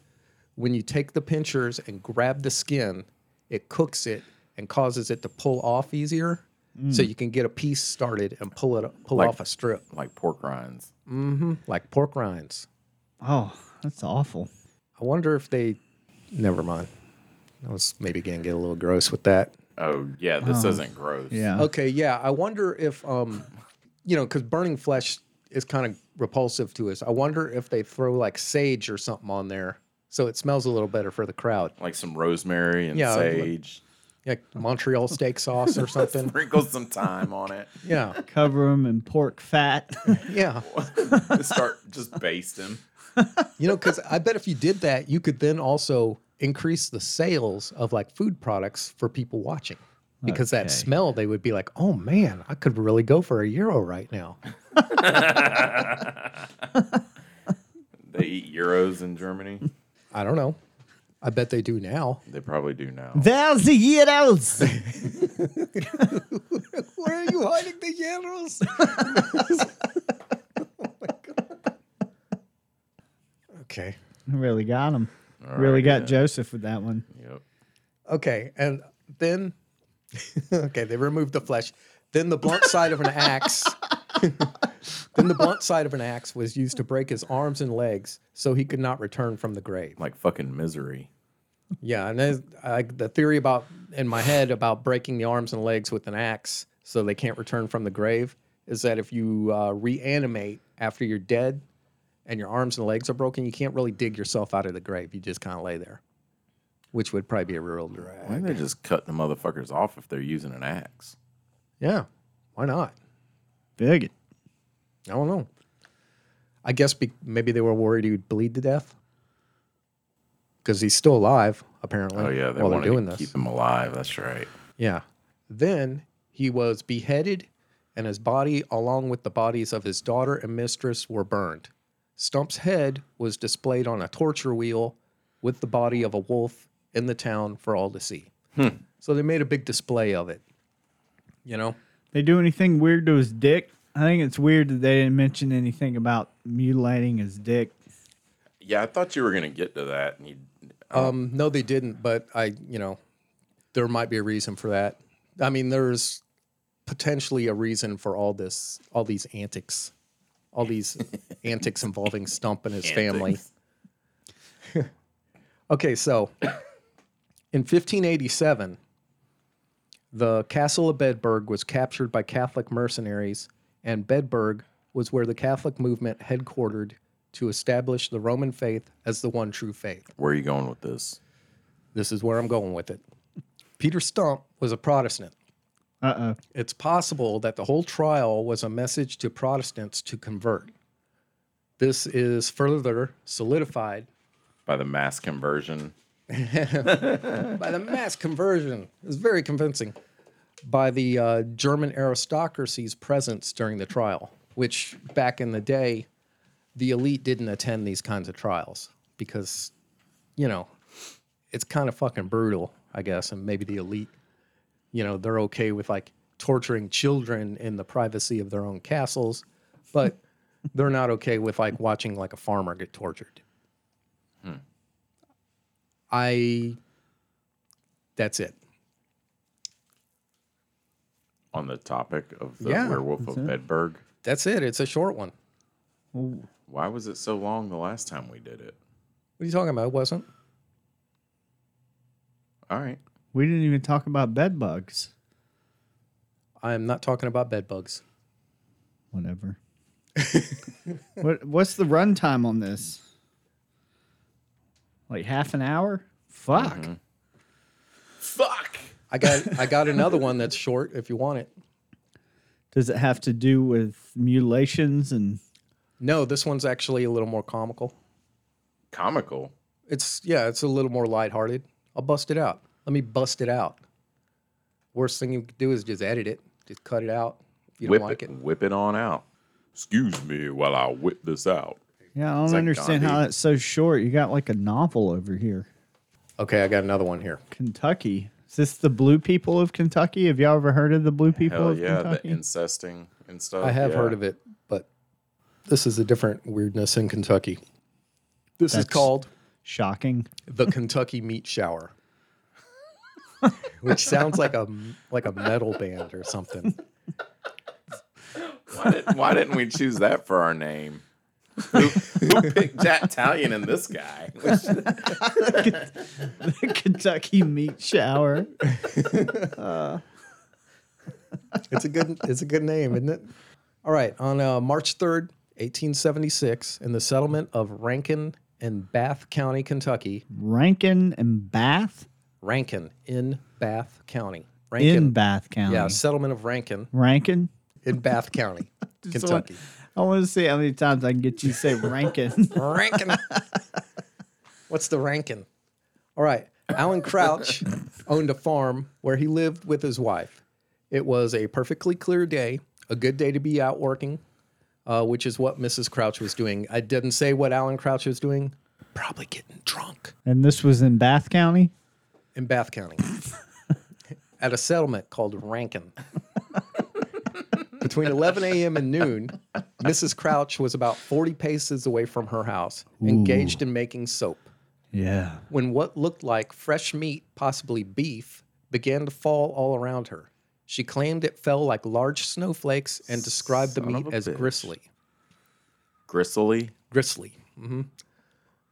Speaker 3: when you take the pinchers and grab the skin, it cooks it and causes it to pull off easier. So you can get a piece started and pull it pull
Speaker 4: Like-
Speaker 3: off a strip
Speaker 4: Like pork rinds.
Speaker 3: like pork rinds.
Speaker 1: oh, that's awful.
Speaker 3: I wonder if they. Never mind. I was maybe gonna get a little gross with that.
Speaker 4: Oh, yeah, this isn't gross.
Speaker 1: Yeah.
Speaker 3: Okay, Uh-huh. yeah. I wonder if um, you know, because burning flesh is kind of repulsive to us. I wonder if they throw like sage or something on there so it smells a little better for the crowd,
Speaker 4: Like some rosemary and
Speaker 3: Yeah, like-
Speaker 4: sage.
Speaker 3: like Montreal steak sauce or something.
Speaker 4: Sprinkle some thyme on it.
Speaker 3: Yeah,
Speaker 1: Cover them in pork fat.
Speaker 3: yeah.
Speaker 4: Start just basting.
Speaker 3: You know, because I bet if you did that, you could then also increase the sales of like food products for people watching. Because
Speaker 1: Okay.
Speaker 3: that smell, they would be like, oh man, I could really go for a euro right now.
Speaker 4: They eat euros in Germany.
Speaker 3: I don't know. I bet they do now.
Speaker 4: They probably do now.
Speaker 1: There's the Yeros.
Speaker 3: Where are you hiding the euros? Oh okay.
Speaker 1: really got him.
Speaker 4: All
Speaker 1: really
Speaker 4: right,
Speaker 1: got
Speaker 4: yeah.
Speaker 1: Joseph with that one.
Speaker 4: Yep.
Speaker 3: Okay, and then okay, they removed the flesh. Then the blunt side of an axe. then the blunt side of an axe was used to break his arms and legs, so he could not return from the grave.
Speaker 4: Like fucking misery.
Speaker 3: Yeah, and then I, the theory about in my head about breaking the arms and legs with an axe so they can't return from the grave is that if you uh, reanimate after you're dead and your arms and legs are broken, you can't really dig yourself out of the grave. You just kind of lay there, which would probably be a real drag.
Speaker 4: I think they're just cutting the motherfuckers off if they're using an axe.
Speaker 3: Yeah, why not?
Speaker 1: Big.
Speaker 3: I don't know. I guess be- maybe they were worried he would bleed to death because he's still alive, apparently.
Speaker 4: Oh yeah, they
Speaker 3: while they're
Speaker 4: wanted
Speaker 3: doing
Speaker 4: to
Speaker 3: this.
Speaker 4: keep them alive. That's right.
Speaker 3: Yeah. Then he was beheaded, and his body, along with the bodies of his daughter and mistress, were burned. Stump's head was displayed on a torture wheel with the body of a wolf in the town for all to see.
Speaker 4: Hmm.
Speaker 3: So they made a big display of it. You know?
Speaker 1: They do anything weird to his dick? I think it's weird that they didn't mention anything about mutilating his dick.
Speaker 4: Yeah, I thought you were gonna get to that, and you.
Speaker 3: Um, no, they didn't, but I, you know, there might be a reason for that. I mean, there's potentially a reason for all this, all these antics, all these antics involving Stump and his family. okay, so in 1587, the castle of Bedburg was captured by Catholic mercenaries, and Bedburg was where the Catholic movement headquartered to establish the Roman faith as the one true faith.
Speaker 4: Where are you going with this?
Speaker 3: This is where I'm going with it. Peter Stump was a Protestant.
Speaker 1: Uh oh.
Speaker 3: It's possible that the whole trial was a message to Protestants to convert. This is further solidified
Speaker 4: By the mass conversion.
Speaker 3: by the mass conversion. It was very convincing by the uh, German aristocracy's presence during the trial, which back in the day, the elite didn't attend these kinds of trials because, you know, it's kind of fucking brutal, I guess. And maybe the elite, you know, they're okay with like torturing children in the privacy of their own castles, but they're not okay with like watching like a farmer get tortured. I that's it.
Speaker 4: on the topic of the
Speaker 3: Yeah,
Speaker 4: werewolf of Bedburg.
Speaker 3: That's it. It's a short one.
Speaker 4: Why was it so long the last time we did it?
Speaker 3: What are you talking about? It wasn't.
Speaker 4: All right.
Speaker 1: We didn't even talk about bed bugs.
Speaker 3: I'm not talking about bed bugs.
Speaker 1: Whatever. what what's the runtime on this? Like half an hour? Fuck.
Speaker 4: Mm-hmm. Fuck.
Speaker 3: I got I got another one that's short if you want it.
Speaker 1: Does it have to do with mutilations and
Speaker 3: No, this one's actually a little more comical.
Speaker 4: Comical.
Speaker 3: It's yeah, it's a little more lighthearted. I'll bust it out. Let me bust it out. Worst thing you could do is just edit it. Just cut it out. If you
Speaker 4: whip
Speaker 3: don't like it.
Speaker 4: it. Whip it on out. Excuse me while I whip this out.
Speaker 1: Yeah, I don't
Speaker 4: like
Speaker 1: understand how
Speaker 4: Gandhi.
Speaker 1: that's so short. You got like a novel over here.
Speaker 3: Okay, I got another one here.
Speaker 1: Kentucky. Is this the blue people of Kentucky? Have y'all ever heard of the blue people
Speaker 4: Hell
Speaker 1: of
Speaker 4: yeah,
Speaker 1: Kentucky?
Speaker 4: the incesting and stuff.
Speaker 3: I have
Speaker 4: yeah.
Speaker 3: heard of it, but this is a different weirdness in Kentucky. This is
Speaker 1: That's-
Speaker 3: called
Speaker 1: Shocking.
Speaker 3: the Kentucky Meat Shower, which sounds like a like a metal band or something.
Speaker 4: Why, did, why didn't we choose that for our name? who, who picked Jack Italian and this guy?
Speaker 1: The Kentucky meat shower.
Speaker 3: It's a good it's a good name, isn't it? All right, on uh, March third, eighteen seventy six, in the settlement of Rankin in Bath County, Kentucky,
Speaker 1: Rankin and Bath
Speaker 3: Rankin in Bath County,
Speaker 1: in
Speaker 3: Rankin,
Speaker 1: Bath County.
Speaker 3: yeah, settlement of Rankin
Speaker 1: Rankin.
Speaker 3: in Bath County, Kentucky.
Speaker 1: I want to see how many times I can get you to say Rankin.
Speaker 3: Rankin. What's the Rankin? All right. Alan Crouch owned a farm where he lived with his wife. It was a perfectly clear day, a good day to be out working, uh, which is what Mrs. Crouch was doing. I didn't say what Alan Crouch was doing. Probably getting drunk
Speaker 1: and this was in Bath County.
Speaker 3: in Bath County at a settlement called Rankin. Between 11 a.m. and noon, Mrs. Crouch was about 40 paces away from her house, engaged in making soap.
Speaker 1: Yeah.
Speaker 3: When what looked like fresh meat, possibly beef, began to fall all around her. She claimed it fell like large snowflakes and described
Speaker 4: Son
Speaker 3: the
Speaker 4: of
Speaker 3: meat
Speaker 4: a
Speaker 3: as
Speaker 4: bitch.
Speaker 3: gristly.
Speaker 4: Gristly.
Speaker 3: Gristly. hmm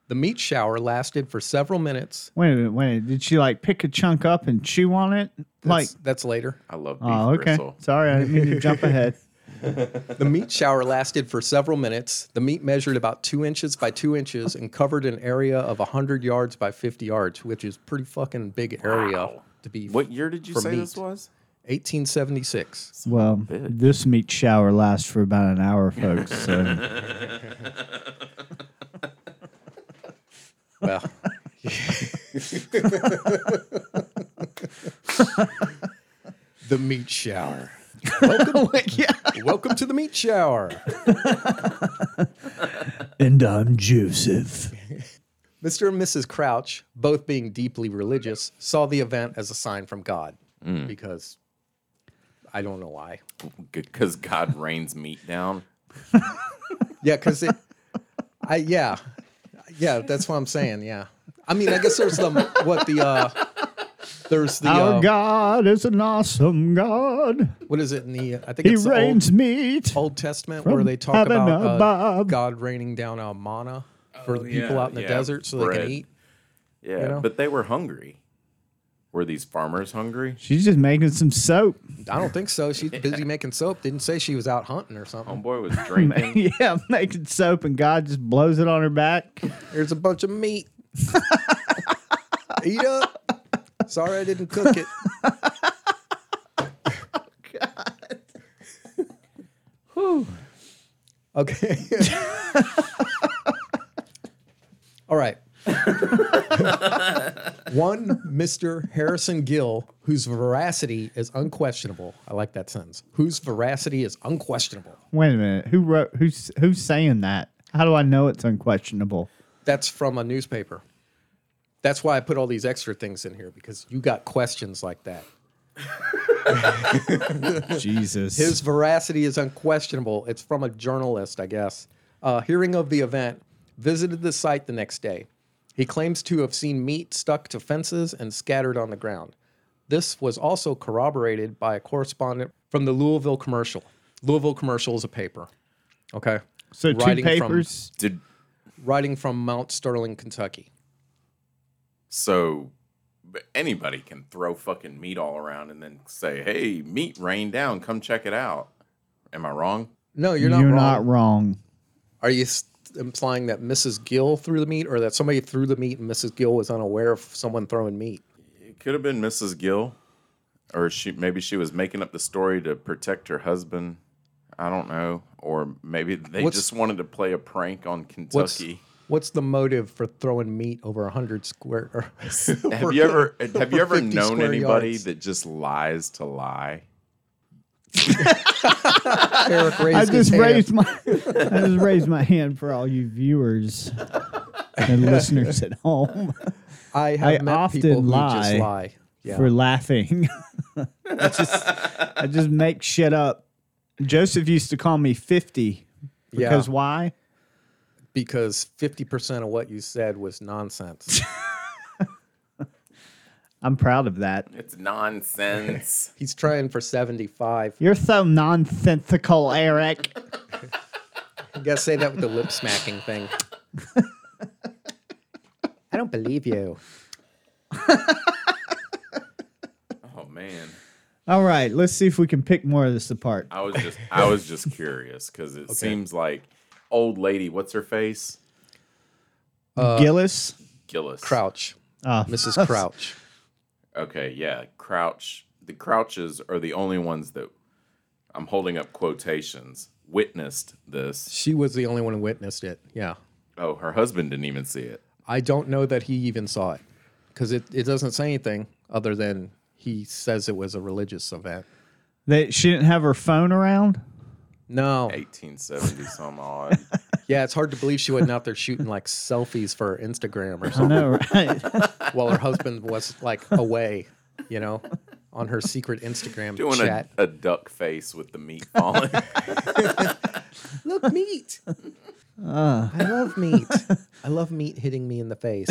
Speaker 3: The meat shower lasted for several minutes.
Speaker 1: Wait a minute, wait. a minute. Did she like pick a chunk up and chew on it? Like,
Speaker 3: That's, that's later.
Speaker 4: I love beef
Speaker 1: oh, okay.
Speaker 4: bristle.
Speaker 1: Sorry, I didn't mean to jump ahead.
Speaker 3: The meat shower lasted for several minutes. The meat measured about two inches by two inches and covered an area of 100 yards by 50 yards, which is pretty fucking big area
Speaker 4: Wow.
Speaker 3: to be.
Speaker 4: What year did you
Speaker 3: for
Speaker 4: say
Speaker 3: meat.
Speaker 4: this was?
Speaker 3: 1876.
Speaker 1: Well,
Speaker 4: bitch.
Speaker 1: this meat shower lasts for about an hour, folks. So
Speaker 3: Well, the meat shower. Welcome, welcome to the meat shower.
Speaker 5: And I'm Joseph.
Speaker 3: Mr. and Mrs. Crouch, both being deeply religious, saw the event as a sign from God
Speaker 4: Mm.
Speaker 3: because I don't know why.
Speaker 4: Because God rains meat down.
Speaker 3: Yeah, because it, I yeah, yeah. That's what I'm saying. Yeah, I mean, I guess there's the what the uh, there's the
Speaker 1: our
Speaker 3: uh,
Speaker 1: God is an awesome God.
Speaker 3: what is it in the I think
Speaker 1: He
Speaker 3: it's the old,
Speaker 1: rains meat.
Speaker 3: Old Testament where
Speaker 1: from
Speaker 3: they talk
Speaker 1: heaven
Speaker 3: about uh,
Speaker 1: above.
Speaker 3: God raining down uh, manna for the people
Speaker 4: Oh, yeah,
Speaker 3: out in the
Speaker 4: yeah,
Speaker 3: desert so they
Speaker 4: bread.
Speaker 3: can eat.
Speaker 4: Yeah,
Speaker 3: You know?
Speaker 4: but they were hungry. Were these farmers hungry?
Speaker 1: She's just making some soap.
Speaker 3: I don't think so. She's busy making soap. Didn't say she was out hunting or something.
Speaker 4: Homeboy was drinking.
Speaker 1: yeah, making soap, and God just blows it on her back.
Speaker 3: Here's a bunch of meat. Eat up. Sorry I didn't cook it. Okay. All right. One Mr. Harrison Gill, whose veracity is unquestionable. I like that sentence. Whose veracity is unquestionable.
Speaker 1: Wait a minute. Who wrote? Who's who's saying that? How do I know it's unquestionable?
Speaker 3: That's from a newspaper. That's why I put all these extra things in here because you got questions like that.
Speaker 1: Jesus.
Speaker 3: His veracity is unquestionable. It's from a journalist, I guess. Uh, hearing of the event, visited the site the next day. He claims to have seen meat stuck to fences and scattered on the ground. This was also corroborated by a correspondent from the Louisville Commercial. Louisville Commercial is a paper. Okay.
Speaker 1: so two
Speaker 3: writing from-
Speaker 1: papers.
Speaker 4: Did
Speaker 3: Writing from Mount Sterling, Kentucky.
Speaker 4: so but anybody can throw fucking meat all around and then say, "Hey, meat rained down. Come check it out." Am I wrong?
Speaker 3: No, you're not
Speaker 1: You're
Speaker 3: wrong.
Speaker 1: not wrong.
Speaker 3: Are you s- implying that Mrs. Gill threw the meat, or that somebody threw the meat and Mrs. Gill was unaware of someone throwing meat?
Speaker 4: It could have been Mrs. Gill, or she maybe she was making up the story to protect her husband. I don't know, or maybe they
Speaker 3: What's-
Speaker 4: just wanted to play a prank on
Speaker 3: What's
Speaker 4: Kentucky.
Speaker 3: what's the motive for throwing meat over a hundred square? Or
Speaker 4: Have you ever have you ever
Speaker 3: 50
Speaker 4: known
Speaker 3: square
Speaker 4: anybody
Speaker 3: yards.
Speaker 4: that just lies to lie?
Speaker 3: Eric raised
Speaker 1: I just
Speaker 3: his hand.
Speaker 1: raised my I just raised my hand for all you viewers and listeners at home
Speaker 3: I have
Speaker 1: I
Speaker 3: met
Speaker 1: often
Speaker 3: people who
Speaker 1: lie
Speaker 3: just lie. Yeah.
Speaker 1: for laughing. I just I just make shit up. Joseph used to call me fifty
Speaker 3: Yeah.
Speaker 1: because why?
Speaker 3: because fifty percent of what you said was nonsense.
Speaker 1: I'm proud of that.
Speaker 4: It's nonsense.
Speaker 3: He's trying for seventy-five.
Speaker 1: You're so nonsensical, Eric.
Speaker 3: You gotta say that with the lip smacking thing. I don't believe you.
Speaker 4: oh man,
Speaker 1: All right, let's see if we can pick more of this apart.
Speaker 4: I was just I was just curious because it seems like old lady. What's her face?
Speaker 3: Uh,
Speaker 1: Gillis.
Speaker 4: Gillis.
Speaker 3: Crouch, Ah.
Speaker 1: Uh,
Speaker 3: Mrs. Crouch.
Speaker 4: Okay, yeah, Crouch. The Crouches are the only ones that I'm holding up quotations. Witnessed this.
Speaker 3: She was the only one who witnessed it. Yeah.
Speaker 4: Oh, her husband didn't even see it.
Speaker 3: I don't know that he even saw it because it, it doesn't say anything other than he says it was a religious event.
Speaker 1: They, she didn't have her phone around.
Speaker 3: No.
Speaker 4: 1870 some odd.
Speaker 3: Yeah, it's hard to believe she wasn't out there shooting like selfies for Instagram or
Speaker 1: I
Speaker 3: something
Speaker 1: know, right?
Speaker 3: while her husband was like away, you know, on her secret Instagram
Speaker 4: Doing a,
Speaker 3: chat.
Speaker 4: a duck face with the meat falling.
Speaker 3: Look, meat. I love meat. I love meat hitting me in the face.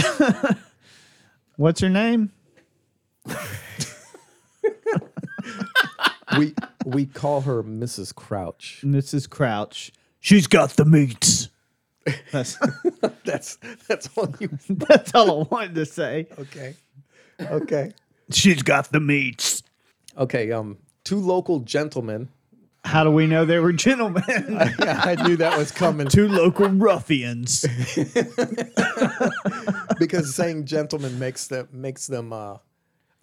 Speaker 1: What's her name?
Speaker 3: we we call her Mrs. Crouch.
Speaker 1: Mrs. Crouch.
Speaker 5: She's got the meats.
Speaker 1: That's,
Speaker 3: That's that's all you.
Speaker 1: that's all I wanted to say.
Speaker 3: Okay. Okay.
Speaker 5: She's got the meats.
Speaker 3: Okay. Um, two local gentlemen.
Speaker 1: How do we know they were gentlemen?
Speaker 3: Yeah, I knew that was coming
Speaker 5: Two local ruffians.
Speaker 3: because saying gentlemen makes them makes them uh,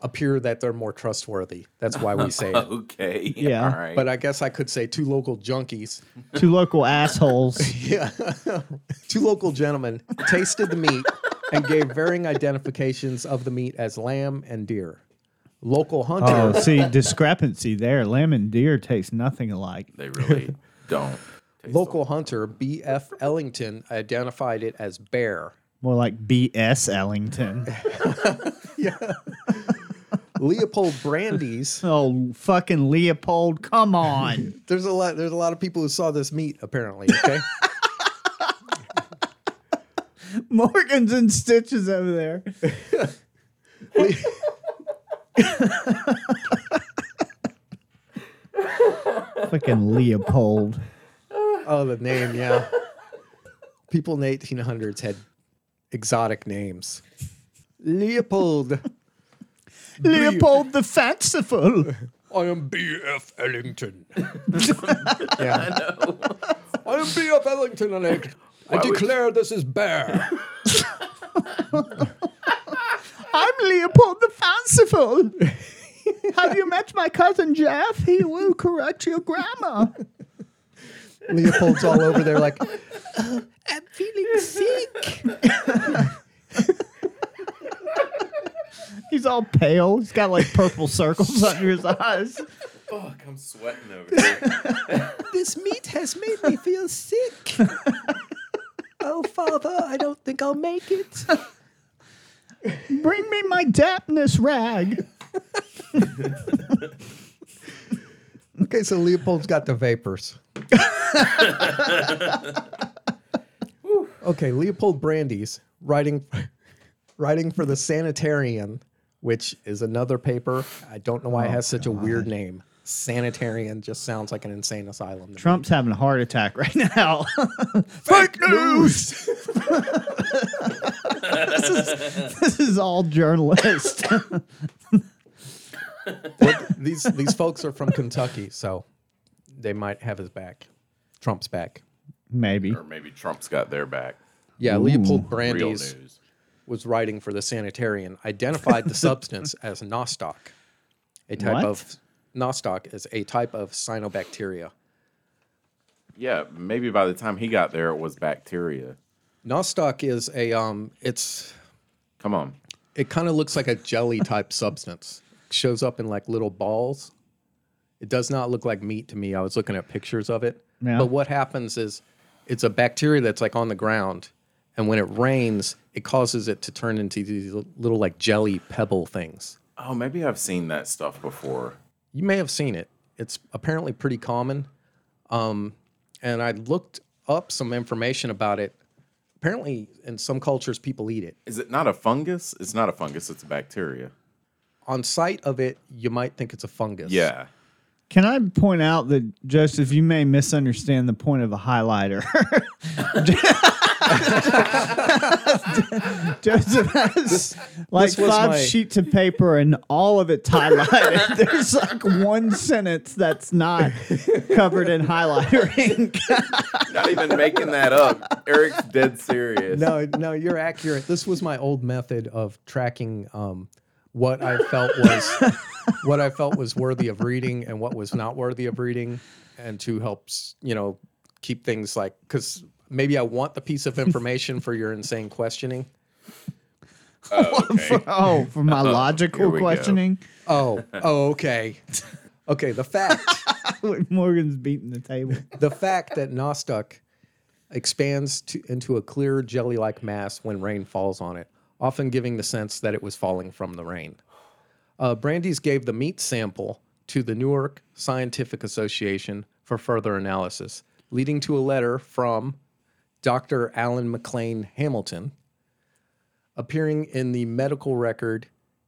Speaker 3: appear that they're more trustworthy. That's why we say it.
Speaker 4: Okay.
Speaker 1: Yeah.
Speaker 4: All right.
Speaker 3: But uh, I guess I could say two local junkies.
Speaker 1: Two local assholes.
Speaker 3: Yeah. Two local gentlemen tasted the meat and gave varying identifications of the meat as lamb and deer. Local
Speaker 1: Oh,
Speaker 3: hunter,
Speaker 1: see, discrepancy there. Lamb and deer taste nothing alike.
Speaker 4: they really don't. taste
Speaker 3: local hunter B.F. Ellington identified it as bear.
Speaker 1: More like B.S. Ellington.
Speaker 3: Leopold Brandy's.
Speaker 1: Oh, fucking Leopold, come on.
Speaker 3: There's a lot. There's a lot of people who saw this meat apparently. Okay.
Speaker 1: Morgan's in stitches over there. fucking Leopold.
Speaker 3: Oh, the name, yeah. People in the 1800s had exotic names. Leopold.
Speaker 1: Leopold the fanciful.
Speaker 3: I am B.F. Ellington. yeah. I know. I am B.F. Ellington, and I, I
Speaker 4: would-
Speaker 3: declare this is bear.
Speaker 1: I'm Leopold the fanciful. Have you met my cousin Jeff? He will correct your grammar.
Speaker 3: Leopold's all over there like, I'm feeling sick.
Speaker 1: He's all pale. He's got like purple circles under his eyes.
Speaker 4: Fuck, I'm sweating over here.
Speaker 3: This meat has made me feel sick. oh, father, I don't think I'll make it.
Speaker 1: Bring me my dampness rag.
Speaker 3: Okay, so Leopold's got the vapors. okay, Leopold Brandy's writing writing for the Sanitarian, which is another paper. I don't know why it has such a weird name. Sanitarian just sounds like an insane asylum. to me.
Speaker 1: Trump's having a heart attack right now. Fake news. this, is, this is all journalists.
Speaker 3: these these folks are from Kentucky, so they might have his back. Trump's back.
Speaker 1: Maybe.
Speaker 4: or maybe Trump's got their back.
Speaker 3: Yeah, Leopold
Speaker 4: Real
Speaker 3: Brandy's
Speaker 4: news.
Speaker 3: was writing for the Sanitarian identified the substance as nostoc, a type
Speaker 1: What?
Speaker 3: of nostoc is a type of cyanobacteria.
Speaker 4: Yeah, maybe by the time he got there, it was bacteria.
Speaker 3: Nostoc is a um, it's
Speaker 4: Come on.
Speaker 3: it kind of looks like a jelly type substance. Shows up in like little balls. It does not look like meat to me. I was looking at pictures of it.
Speaker 1: Yeah.
Speaker 3: But what happens is it's a bacteria that's like on the ground. And when it rains, it causes it to turn into these li- little like jelly pebble things.
Speaker 4: Oh, maybe I've seen that stuff before.
Speaker 3: You may have seen it. It's apparently pretty common. Um, and I looked up some information about it. Apparently, in some cultures, people eat it.
Speaker 4: Is it not a fungus? It's not a fungus, it's a bacteria.
Speaker 3: On sight of it, you might think it's a fungus.
Speaker 4: Yeah.
Speaker 1: Can I point out that Joseph, you may misunderstand the point of a highlighter. Joseph has like
Speaker 3: was
Speaker 1: five
Speaker 3: my-
Speaker 1: sheets of paper and all of it's highlighted. There's like one sentence that's not covered in highlighter ink.
Speaker 4: Not even making that up. Eric's dead serious.
Speaker 3: no, Uh, no, you're accurate. This was my old method of tracking um, what I felt was what I felt was worthy of reading and what was not worthy of reading, and to help s- you know keep things like because maybe I want the piece of information for your insane questioning.
Speaker 4: Oh, okay.
Speaker 1: oh, for my
Speaker 4: here
Speaker 1: logical
Speaker 4: we go.
Speaker 1: questioning,
Speaker 3: Oh, oh, okay, okay. The fact
Speaker 1: Morgan's beating the table.
Speaker 3: the fact that Nostoc expands to, into a clear jelly like mass when rain falls on it, often giving the sense that it was falling from the rain. Uh, Brandy's gave the meat sample to the Newark Scientific Association for further analysis, leading to a letter from Dr. Alan McLean Hamilton, appearing in the medical record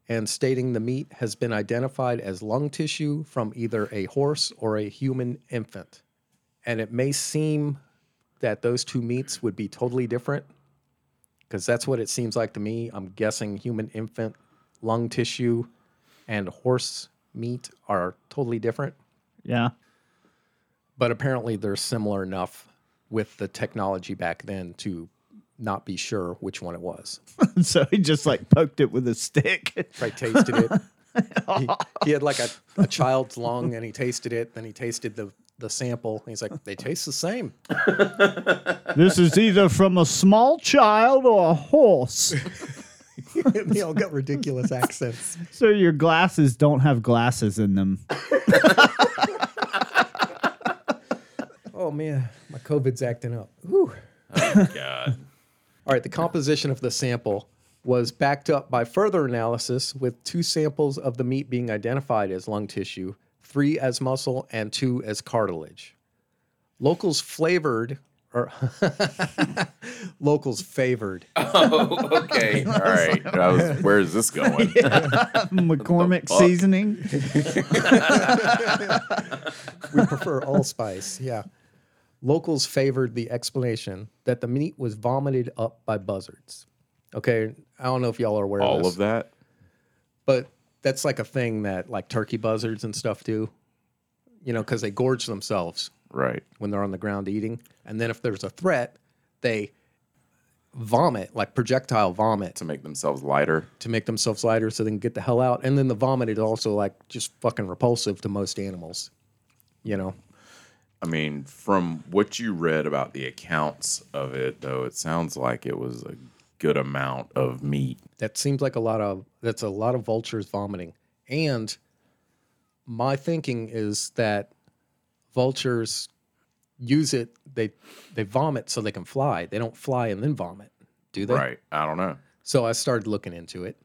Speaker 3: and stating the meat has been identified as lung tissue from either a horse or a human infant and it may seem that those two meats would be totally different? Because that's what it seems like to me. I'm guessing human infant lung tissue and horse meat are totally different,
Speaker 1: Yeah.
Speaker 3: but apparently they're similar enough with the technology back then to not be sure which one it was.
Speaker 1: so he just like poked it with a stick.
Speaker 3: I tasted it. he, he had like a, a child's lung and he tasted it. Then he tasted the, the sample. And he's like, they taste the same.
Speaker 1: this is either from a small child or a horse.
Speaker 3: they all got ridiculous accents.
Speaker 1: so your glasses don't have glasses in them.
Speaker 3: Oh man, my COVID's acting up. Whew.
Speaker 4: God.
Speaker 3: All right, the composition of the sample was backed up by further analysis with two samples of the meat being identified as lung tissue, three as muscle, and two as cartilage. Locals flavored or locals favored
Speaker 4: Oh, okay. All right. I was, where is this going?
Speaker 1: McCormick
Speaker 4: fuck?
Speaker 1: seasoning.
Speaker 3: we prefer allspice. Yeah. Locals favored the explanation that the meat was vomited up by buzzards. Okay, I don't know if y'all are aware of
Speaker 4: All
Speaker 3: this,
Speaker 4: of that?
Speaker 3: but that's like a thing that like turkey buzzards and stuff do. You know, because they gorge themselves
Speaker 4: Right.
Speaker 3: when they're on the ground eating, and then if there's a threat, they vomit like projectile vomit
Speaker 4: To make themselves lighter.
Speaker 3: to make themselves lighter so they can get the hell out. And then the vomit is also like just fucking repulsive to most animals. You know,
Speaker 4: I mean, from what you read about the accounts of it, though, it sounds like it was a good amount of meat.
Speaker 3: That seems like a lot of that's a lot of vultures vomiting. And my thinking is that vultures use it they they vomit so they can fly. They don't fly and then vomit, do they?
Speaker 4: Right. I don't know.
Speaker 3: So I started looking into it.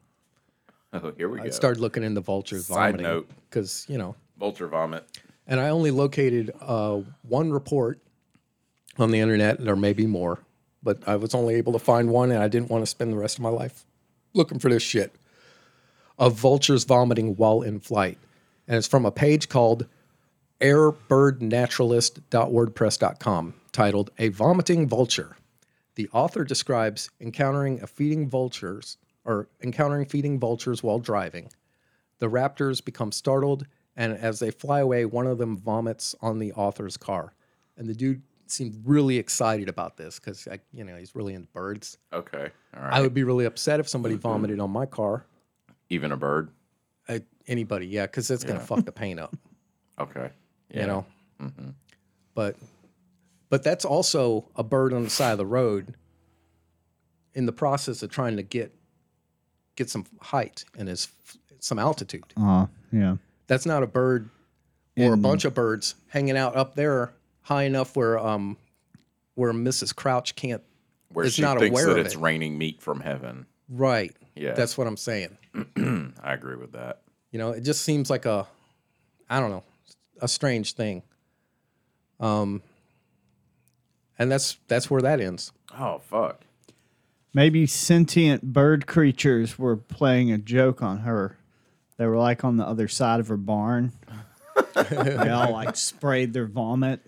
Speaker 4: Oh, here we go.
Speaker 3: I started looking into vultures
Speaker 4: Side
Speaker 3: vomiting
Speaker 4: note.
Speaker 3: because you know.
Speaker 4: Vulture vomit.
Speaker 3: And I only located uh, one report on the internet, and there may be more, but I was only able to find one, and I didn't want to spend the rest of my life looking for this shit of vultures vomiting while in flight. And it's from a page called airbirdnaturalist.wordpress.com titled A Vomiting Vulture. The author describes encountering a feeding vultures or encountering feeding vultures while driving. The raptors become startled, and as they fly away, one of them vomits on the author's car. And the dude seemed really excited about this because, you know, he's really into birds.
Speaker 4: Okay. All right.
Speaker 3: I would be really upset if somebody vomited on my car.
Speaker 4: Even a bird.
Speaker 3: Uh, anybody, yeah, because that's gonna fuck the paint up,
Speaker 4: Okay.
Speaker 3: you know. But, but that's also a bird on the side of the road. In the process of trying to get, get some height and is some altitude.
Speaker 1: Uh, yeah.
Speaker 3: That's not a bird or a bunch of birds hanging out up there high enough where um where Mrs. Crouch can't
Speaker 4: Where
Speaker 3: It's
Speaker 4: she
Speaker 3: not
Speaker 4: thinks
Speaker 3: aware
Speaker 4: that
Speaker 3: of
Speaker 4: it's
Speaker 3: it.
Speaker 4: raining meat from heaven.
Speaker 3: right.
Speaker 4: Yeah.
Speaker 3: That's what I'm saying.
Speaker 4: I agree with that.
Speaker 3: You know, it just seems like a I don't know, a strange thing. Um and that's that's where that ends.
Speaker 4: Oh, fuck.
Speaker 1: Maybe sentient bird creatures were playing a joke on her. They were like on the other side of her barn. they all like sprayed their vomit.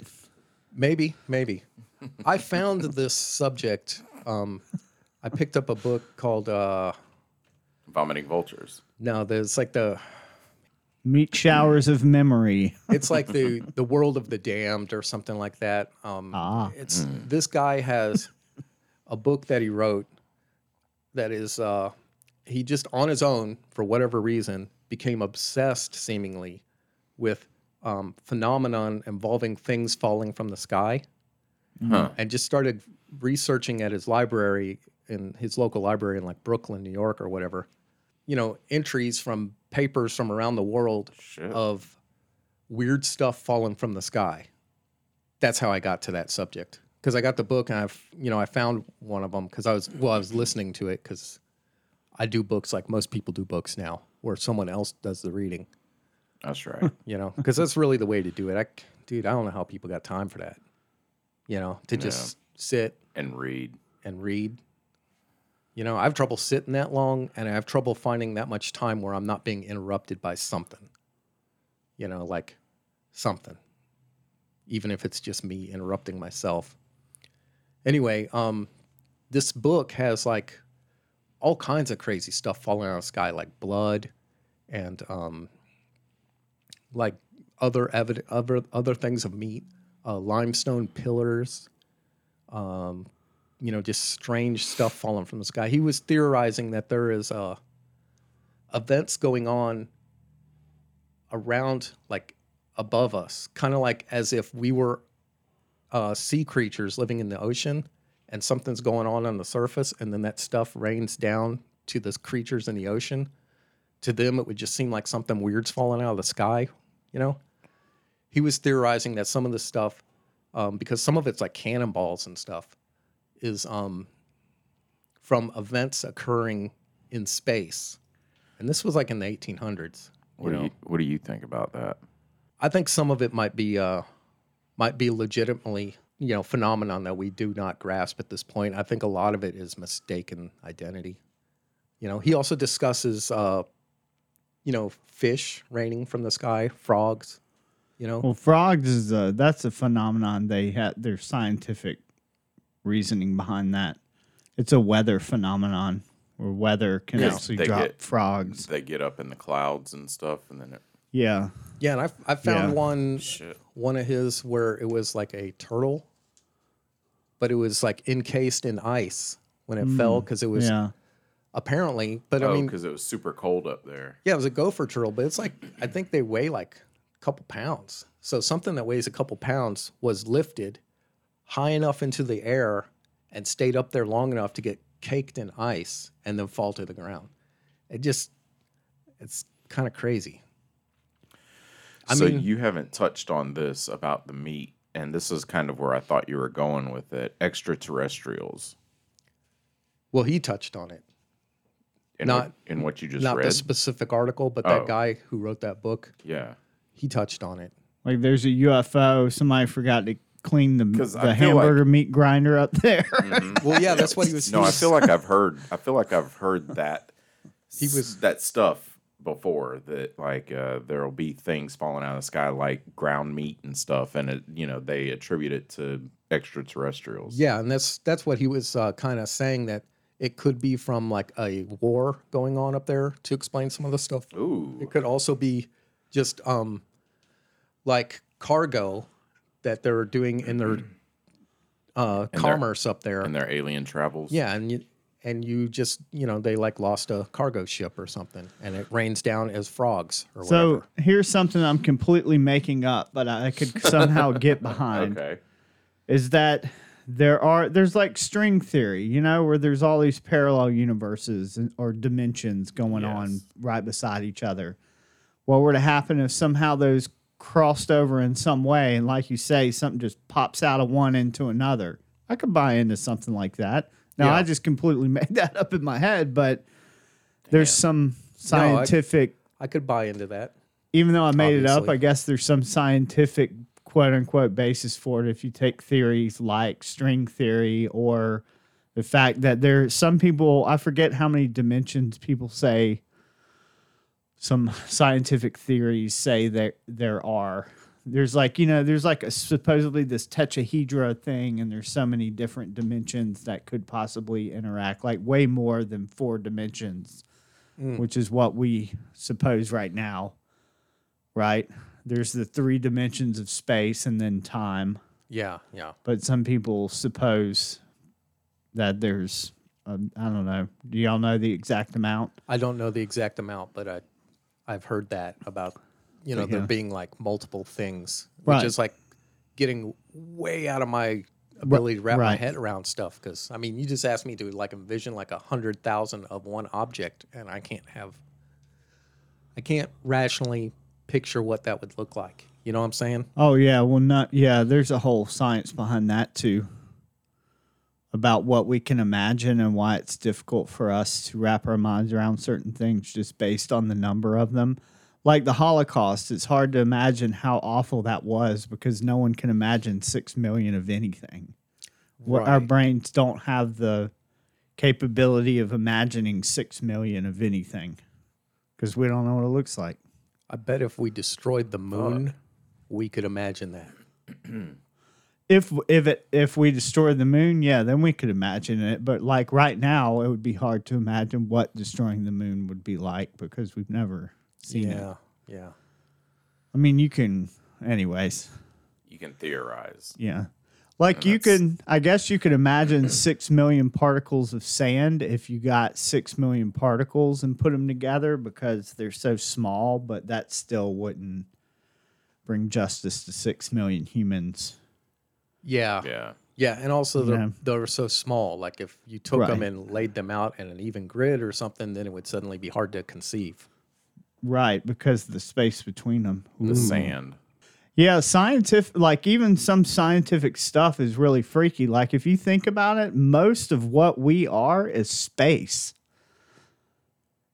Speaker 3: Maybe, maybe. I found this subject. Um, I picked up a book called uh,
Speaker 4: Vomiting vultures.
Speaker 3: no, there's like the
Speaker 1: Meat showers of memory.
Speaker 3: it's like the the world of the damned or something like that. Um,
Speaker 1: Ah.
Speaker 3: it's this guy has a book that he wrote that is uh, he just on his own for whatever reason became obsessed seemingly with um, phenomenon involving things falling from the sky
Speaker 4: Huh.
Speaker 3: and just started researching at his library in his local library in like Brooklyn, New York or whatever. You know, entries from papers from around the world
Speaker 4: Shit.
Speaker 3: of weird stuff falling from the sky. That's how I got to that subject because I got the book and I've you know I found one of them because I was well I was listening to it because I do books like most people do books now where someone else does the reading
Speaker 4: That's right.
Speaker 3: you know because that's really the way to do it. I dude I don't know how people got time for that you know to just sit
Speaker 4: and read.
Speaker 3: and read. You know I have trouble sitting that long and I have trouble finding that much time where I'm not being interrupted by something. You know like something even if it's just me interrupting myself. Anyway, um, this book has like all kinds of crazy stuff falling out of the sky, like blood and um, like other evidence, other other things of meat, uh, limestone pillars, um, you know, just strange stuff falling from the sky. He was theorizing that there is uh, events going on around, like above us, kind of like as if we were uh, sea creatures living in the ocean, and something's going on on the surface, and then that stuff rains down to the creatures in the ocean to them it would just seem like something weird's falling out of the sky you know he was theorizing that some of the stuff um, because some of it's like cannonballs and stuff is um, from events occurring in space and this was like in the 1800s
Speaker 4: What do you What do you think about that?
Speaker 3: i think some of it might be uh, might be legitimately you know phenomenon that we do not grasp at this point i think a lot of it is mistaken identity you know he also discusses uh, you know fish raining from the sky frogs you know
Speaker 1: Well, frogs is a, that's a phenomenon. They had their scientific reasoning behind that. It's a weather phenomenon where weather can
Speaker 4: Yeah.
Speaker 1: actually
Speaker 4: They
Speaker 1: drop
Speaker 4: get-
Speaker 1: frogs.
Speaker 4: They get up in the clouds and stuff, and then it,
Speaker 1: Yeah.
Speaker 3: Yeah, and I, I found
Speaker 1: Yeah.
Speaker 3: one
Speaker 4: Shit.
Speaker 3: one of his where it was like a turtle, but it was like encased in ice when it fell because it was
Speaker 1: Yeah.
Speaker 3: apparently. But I
Speaker 4: oh,
Speaker 3: mean,
Speaker 4: because it was super cold up there.
Speaker 3: yeah, it was a gopher turtle, but it's like I think they weigh like a couple pounds. So something that weighs a couple pounds was lifted high enough into the air and stayed up there long enough to get caked in ice and then fall to the ground. It just it's kind of crazy. I
Speaker 4: so
Speaker 3: mean-
Speaker 4: you haven't touched on this about the meat, and this is kind of where I thought you were going with it. Extraterrestrials,
Speaker 3: Well, he touched on it.
Speaker 4: in
Speaker 3: Not-
Speaker 4: what, in what you just
Speaker 3: not
Speaker 4: read.
Speaker 3: the specific article, but
Speaker 4: Oh.
Speaker 3: that guy who wrote that book,
Speaker 4: yeah,
Speaker 3: he touched on it.
Speaker 1: Like there's a UFO. Somebody forgot to clean the,
Speaker 4: 'Cause I
Speaker 1: the
Speaker 4: feel like-
Speaker 1: hamburger meat grinder up there.
Speaker 4: Mm-hmm.
Speaker 3: Well, yeah, that's what he was.
Speaker 4: no, I feel like I've heard. I feel like I've heard that. he
Speaker 3: was-
Speaker 4: that stuff before that like uh there'll be things falling out of the sky like ground meat and stuff and it you know they attribute it to extraterrestrials
Speaker 3: yeah, and that's that's what he was uh, kind of saying that it could be from like a war going on up there to explain some of the stuff.
Speaker 4: ooh
Speaker 3: It could also be just um, like cargo that they're doing in their uh, commerce up there.
Speaker 4: and their alien travels.
Speaker 3: Yeah, and you and you just you know they like lost a cargo ship or something, and it rains down as frogs or
Speaker 1: so
Speaker 3: whatever.
Speaker 1: here's something I'm completely making up, but I could somehow get
Speaker 3: um,
Speaker 1: behind.
Speaker 4: Okay.
Speaker 1: is that there are there's like string theory, you know, where there's all these parallel universes and- or dimensions going on
Speaker 4: Yes.
Speaker 1: right beside each other. What were to happen if somehow those crossed over in some way and like you say something just pops out of one into another. I could buy into something like that. Now I
Speaker 3: Yeah.
Speaker 1: just completely made that up in my head, but there's some
Speaker 3: I-
Speaker 1: scientific
Speaker 3: I could buy into that.
Speaker 1: even though I made it up,
Speaker 3: Obviously.
Speaker 1: I guess there's some scientific quote unquote basis for it if you take theories like string theory or the fact that there some people I forget how many dimensions people say some scientific theories say that there are. There's like, you know, there's like a supposedly this tetrahedra thing and there's so many different dimensions that could possibly interact, like way more than four dimensions, which is what we suppose right now right? There's the three dimensions of space and then time,
Speaker 3: Yeah, yeah.
Speaker 1: but some people suppose that there's um, I don't know. Do y'all know the exact amount?
Speaker 3: I don't know the exact amount, but I, I've heard that about, you know, there being like multiple things, which
Speaker 1: Right.
Speaker 3: is like getting way out of my ability to wrap my
Speaker 1: right.
Speaker 3: head around stuff. Because I mean, you just asked me to like envision like a hundred thousand of one object, and I can't have, I can't rationally picture what that would look like. You know what I'm saying?
Speaker 1: Oh yeah, well not yeah, there's a whole science behind that too. About what we can imagine and why it's difficult for us to wrap our minds around certain things just based on the number of them. Like the Holocaust, it's hard to imagine how awful that was because no one can imagine 6 million of anything. Wha- Our
Speaker 3: Right.
Speaker 1: brains don't have the capability of imagining 6 million of anything because we don't know what it looks like.
Speaker 3: I bet if we destroyed the moon, we could imagine that.
Speaker 1: if if it if we destroyed the moon, yeah, then we could imagine it. But like right now, it would be hard to imagine what destroying the moon would be like because we've never seen it.
Speaker 3: Yeah, yeah.
Speaker 1: I mean, you can, anyways.
Speaker 4: You can theorize.
Speaker 1: Yeah. Like you can, I guess you could imagine six million particles of sand if you got six million particles and put them together because they're so small, but that still wouldn't bring justice to six million humans.
Speaker 3: Yeah. Yeah.
Speaker 4: Yeah.
Speaker 3: And also, they're,
Speaker 1: Yeah.
Speaker 3: they were so small. Like, if you took them
Speaker 1: Right.
Speaker 3: and laid them out in an even grid or something, then it would suddenly be hard to conceive.
Speaker 1: Right, because the space between them.
Speaker 4: The
Speaker 3: Mm.
Speaker 4: sand.
Speaker 1: Yeah, scientific, like even some scientific stuff is really freaky. Like if you think about it, most of what we are is space.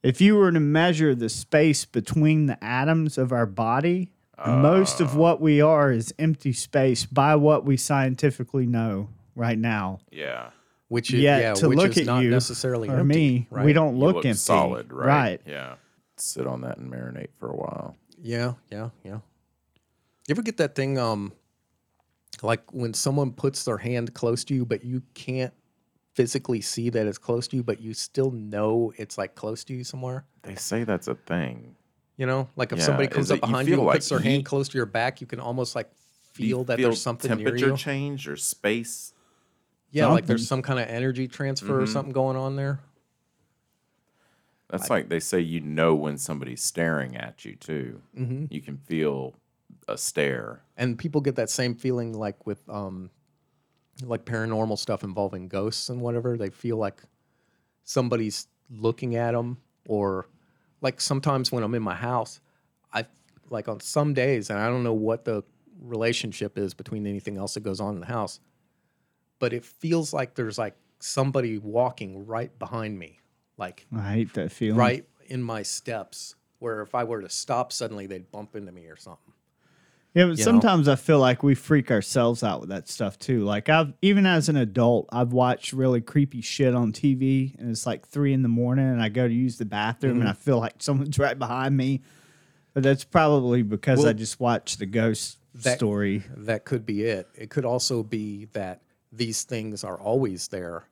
Speaker 1: If you were to measure the space between the atoms of our body, most
Speaker 3: Ah.
Speaker 1: of what we are is empty space by what we scientifically know right now.
Speaker 4: Yeah.
Speaker 3: Which is,
Speaker 1: Yet
Speaker 3: yeah,
Speaker 1: to
Speaker 3: which
Speaker 1: look
Speaker 3: is
Speaker 1: at
Speaker 3: not
Speaker 1: you
Speaker 3: necessarily
Speaker 1: For
Speaker 3: empty,
Speaker 1: me,
Speaker 3: right?
Speaker 1: we don't
Speaker 4: You
Speaker 1: look,
Speaker 4: look
Speaker 1: empty.
Speaker 4: solid, right?
Speaker 1: Right.
Speaker 4: Yeah. Sit on that and marinate for a while.
Speaker 3: Yeah, yeah, yeah. You ever get that thing, um, like when someone puts their hand close to you, but you can't physically see that it's close to you, but you still know it's like close to you somewhere?
Speaker 4: They say that's a thing.
Speaker 3: You know, like if
Speaker 4: Yeah,
Speaker 3: somebody
Speaker 4: is
Speaker 3: comes
Speaker 4: it- you
Speaker 3: up behind you,
Speaker 4: feel
Speaker 3: and puts
Speaker 4: like
Speaker 3: their hand
Speaker 4: heat?
Speaker 3: close to your back, you can almost like
Speaker 4: Do you
Speaker 3: feel that there's something near
Speaker 4: temperature
Speaker 3: you.
Speaker 4: change or space.
Speaker 3: yeah, like there's some kind of energy transfer or something going on there.
Speaker 4: That's like they say you know when somebody's staring at you too. Mm-hmm. You can feel a stare.
Speaker 3: And people get that same feeling like with um like paranormal stuff involving ghosts and whatever. They feel like somebody's looking at them or like sometimes when I'm in my house, I like on some days and I don't know what the relationship is between anything else that goes on in the house, but it feels like there's like somebody walking right behind me. Like
Speaker 1: I hate that feeling.
Speaker 3: right in my steps where if I were to stop suddenly they'd bump into me or something.
Speaker 1: Yeah, but
Speaker 3: know?
Speaker 1: sometimes I feel like we freak ourselves out with that stuff too. Like I've even as an adult, I've watched really creepy shit on TV, and it's like three in the morning, and I go to use the bathroom,
Speaker 3: Mm-hmm.
Speaker 1: and I feel like someone's right behind me. But that's probably because I
Speaker 3: Well,
Speaker 1: just watched the ghost
Speaker 3: that-
Speaker 1: story.
Speaker 3: That could be it. It could also be that these things are always there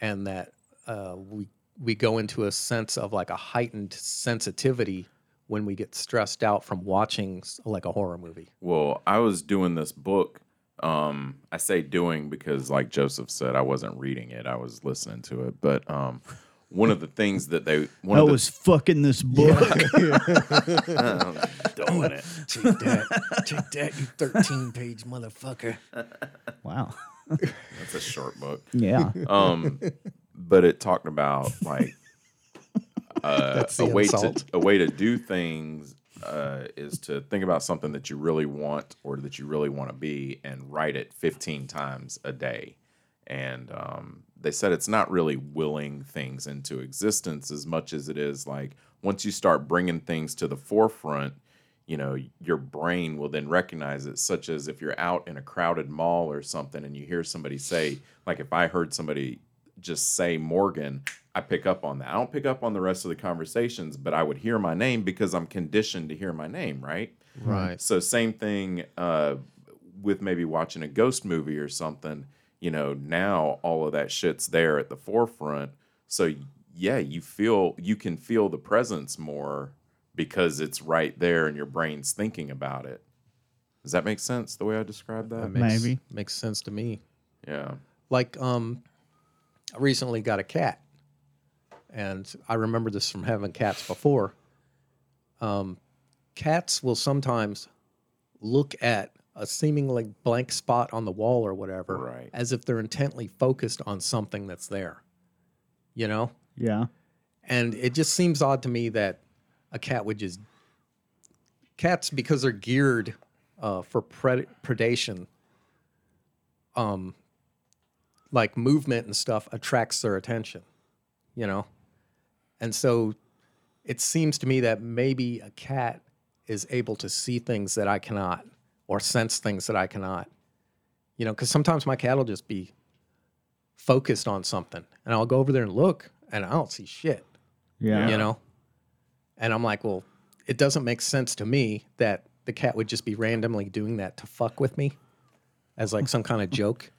Speaker 3: and that uh, we we go into a sense of like a heightened sensitivity when we get stressed out from watching s- like a horror movie.
Speaker 4: Well, I was doing this book. Um, I say doing because, like Joseph said, I wasn't reading it; I was listening to it. But um, one of the things that they one
Speaker 1: I
Speaker 4: of the,
Speaker 1: was fucking this book.
Speaker 4: doing it.
Speaker 3: Take that. Take that, you 13 page motherfucker.
Speaker 1: wow.
Speaker 4: That's a short book.
Speaker 1: Yeah.
Speaker 4: Um, but it talked about like uh,
Speaker 3: That's
Speaker 4: a
Speaker 3: the
Speaker 4: way
Speaker 3: insult.
Speaker 4: to a way to do things uh, is to think about something that you really want or that you really want to be and write it 15 times a day. And um, they said it's not really willing things into existence as much as it is like once you start bringing things to the forefront, you know, your brain will then recognize it, such as if you're out in a crowded mall or something and you hear somebody say, like if I heard somebody just say Morgan, I pick up on that. I don't pick up on the rest of the conversations, but I would hear my name because I'm conditioned to hear my name, right?
Speaker 3: Right.
Speaker 4: So same thing uh, with maybe watching a ghost movie or something. You know, now all of that shit's there at the forefront. So yeah, you feel you can feel the presence more because it's right there and your brain's thinking about it. Does that make sense the way I described that?
Speaker 1: Maybe.
Speaker 3: Makes sense to me.
Speaker 4: Yeah.
Speaker 3: like um i recently got a cat and i remember this from having cats before um cats will sometimes look at a seemingly blank spot on the wall or whatever
Speaker 4: Right.
Speaker 3: as if they're intently focused on something that's there you know
Speaker 1: yeah.
Speaker 3: and it just seems odd to me that a cat would just cats because they're geared uh, for pred- predation. Um, like movement and stuff attracts their attention, you know, and so it seems to me that maybe a cat is able to see things that I cannot or sense things that I cannot, you know, because sometimes my cat will just be focused on something and I'll go over there and look and I don't see shit
Speaker 1: Yeah.
Speaker 3: you know and i'm like well it doesn't make sense to me that the cat would just be randomly doing that to fuck with me as like some kind of joke.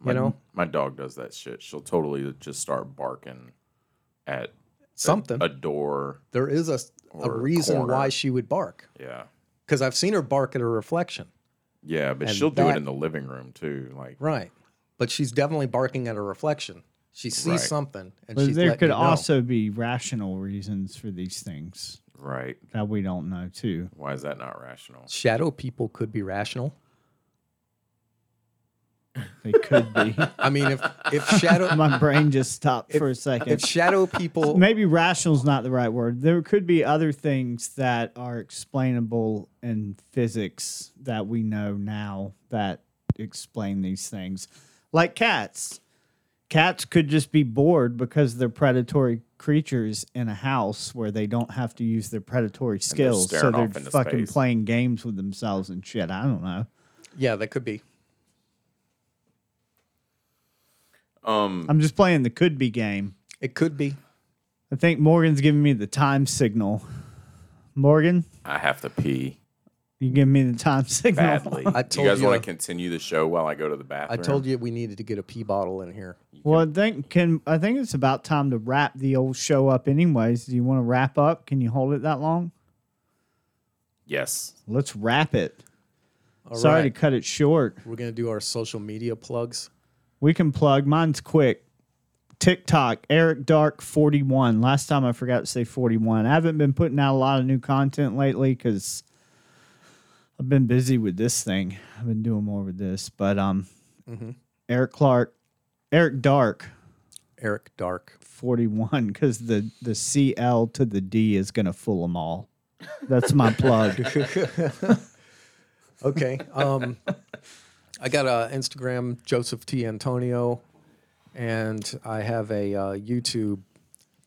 Speaker 4: My-
Speaker 3: You know,
Speaker 4: my dog does that shit. She'll totally just start barking at a-
Speaker 3: something.
Speaker 4: a, door.
Speaker 3: there is a, a
Speaker 4: or
Speaker 3: reason
Speaker 4: corner.
Speaker 3: why she would bark
Speaker 4: Yeah,
Speaker 3: because I've seen her bark at her reflection.
Speaker 4: yeah, but
Speaker 3: And
Speaker 4: she'll do it
Speaker 3: that-
Speaker 4: in the living room too. Like
Speaker 3: Right. But she's definitely barking at her reflection. She sees
Speaker 4: Right.
Speaker 3: something and
Speaker 1: But
Speaker 3: she's
Speaker 1: there
Speaker 3: letting
Speaker 1: could
Speaker 3: you know.
Speaker 1: also be rational reasons for these things
Speaker 4: right,
Speaker 1: that we don't know too.
Speaker 4: why is that not rational?
Speaker 3: shadow people could be rational.
Speaker 1: They could be.
Speaker 3: I mean if if shadow
Speaker 1: My brain just stopped for a
Speaker 3: if
Speaker 1: second.
Speaker 3: shadow people
Speaker 1: Maybe rational's not the right word. There could be other things that are explainable in physics that we know now that explain these things. Like cats. Cats could just be bored because they're predatory creatures in a house where they don't have to use their predatory skills. so
Speaker 4: staring
Speaker 1: they're
Speaker 4: off into
Speaker 1: fucking
Speaker 4: space.
Speaker 1: playing games with themselves and shit. I don't know.
Speaker 3: Yeah, that could be.
Speaker 4: Um,
Speaker 1: I'm just playing the could be game.
Speaker 3: It could be.
Speaker 1: I think Morgan's giving me the time signal. Morgan,
Speaker 4: I have to pee
Speaker 1: you giving me the time signal.
Speaker 4: badly.
Speaker 3: I
Speaker 4: you
Speaker 3: told
Speaker 4: guys
Speaker 3: you-
Speaker 4: want to continue the show while I go to the
Speaker 3: I
Speaker 4: bathroom?
Speaker 3: told you we needed to get a pee bottle in here.
Speaker 1: Well, I think can I think it's about time to wrap the old show up. Anyways, do you want to wrap up? Can you hold it that long?
Speaker 4: Yes.
Speaker 1: Let's wrap it.
Speaker 3: All
Speaker 1: Sorry
Speaker 3: right.
Speaker 1: to cut it short.
Speaker 3: We're going to do our social media plugs.
Speaker 1: We can plug. Mine's quick. TikTok, Eric Dark 41. Last time I forgot to say 41. I haven't been putting out a lot of new content lately because I've been busy with this thing. I've been doing more with this. But um Eric Clark, Eric Dark
Speaker 3: Eric Dark.
Speaker 1: 41, because the, the CL to the D is going to fool them all. That's my plug.
Speaker 3: Okay. Um, I got a Instagram Joseph T Antonio, and I have a uh, YouTube,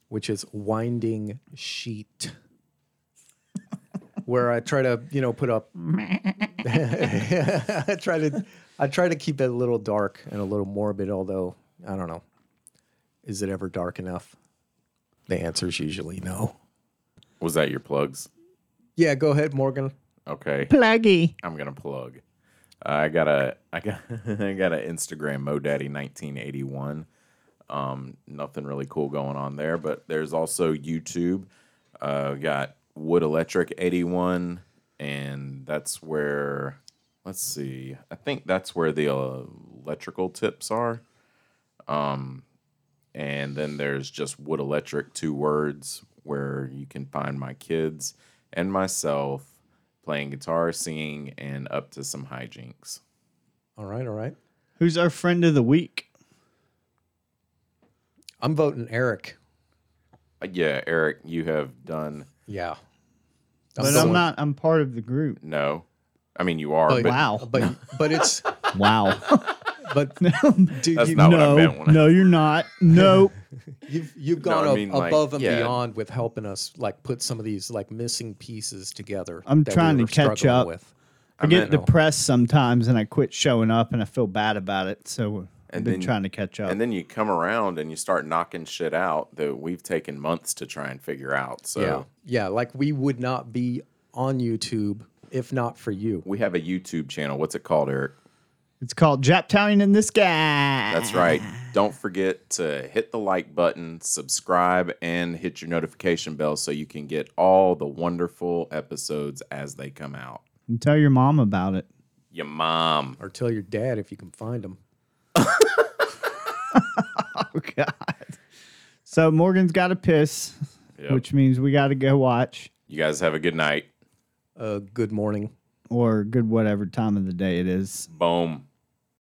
Speaker 3: which is Winding Sheet, where I try to you know put up. I try to I try to keep it a little dark and a little morbid, although I don't know. Is it ever dark enough? The answer is usually no.
Speaker 4: Was that your plugs?
Speaker 3: Yeah, go ahead, Morgan.
Speaker 4: Okay.
Speaker 1: Pluggy.
Speaker 4: I'm gonna plug. Uh, I got a I got I got an Instagram modaddy1981. Um, nothing really cool going on there, but there's also YouTube. Uh, we got Wood Electric 81, and that's where let's see. I think that's where the uh, electrical tips are. Um, and then there's just Wood Electric, two words, where you can find my kids and myself playing guitar, singing, and up to some hijinks.
Speaker 3: All right, all right.
Speaker 1: Who's our friend of the week?
Speaker 3: I'm voting Eric.
Speaker 4: Uh, yeah, Eric, you have done
Speaker 3: Yeah.
Speaker 1: But I'm
Speaker 3: going-
Speaker 1: not, I'm part of the group.
Speaker 4: no. I mean, you are, but,
Speaker 1: Wow.
Speaker 3: But but it's
Speaker 1: Wow.
Speaker 3: but dude,
Speaker 4: that's
Speaker 3: you,
Speaker 4: not what I
Speaker 1: no,
Speaker 4: meant. When I-
Speaker 1: no, you're not. No.
Speaker 3: you've you've
Speaker 4: No,
Speaker 3: gone
Speaker 4: I
Speaker 3: ab-
Speaker 4: mean, like,
Speaker 3: above and
Speaker 4: yeah.
Speaker 3: beyond with helping us like put some of these like missing pieces together.
Speaker 1: I'm
Speaker 3: that we
Speaker 1: trying to
Speaker 3: were
Speaker 1: catch
Speaker 3: struggling
Speaker 1: up.
Speaker 3: With.
Speaker 1: I get
Speaker 4: meant-
Speaker 1: depressed sometimes and I quit showing up and I feel bad about it. So I've
Speaker 4: And
Speaker 1: been
Speaker 4: then-
Speaker 1: trying to catch up.
Speaker 4: and then you come around and you start knocking shit out that we've taken months to try and figure out. So
Speaker 3: Yeah, yeah. Like we would not be on YouTube if not for you.
Speaker 4: we have a YouTube channel. What's it called, Eric?
Speaker 1: it's called Japtown and this guy.
Speaker 4: That's right. Don't forget to hit the like button, subscribe, and hit your notification bell so you can get all the wonderful episodes as they come out.
Speaker 1: And tell your mom about it.
Speaker 4: Your mom.
Speaker 3: Or tell your dad if you can find him.
Speaker 1: Oh, God. So Morgan's got to piss,
Speaker 4: Yep.
Speaker 1: which means we got to go watch
Speaker 4: You guys have a good night.
Speaker 3: Uh, good morning.
Speaker 1: or good whatever time of the day it is.
Speaker 4: Boom.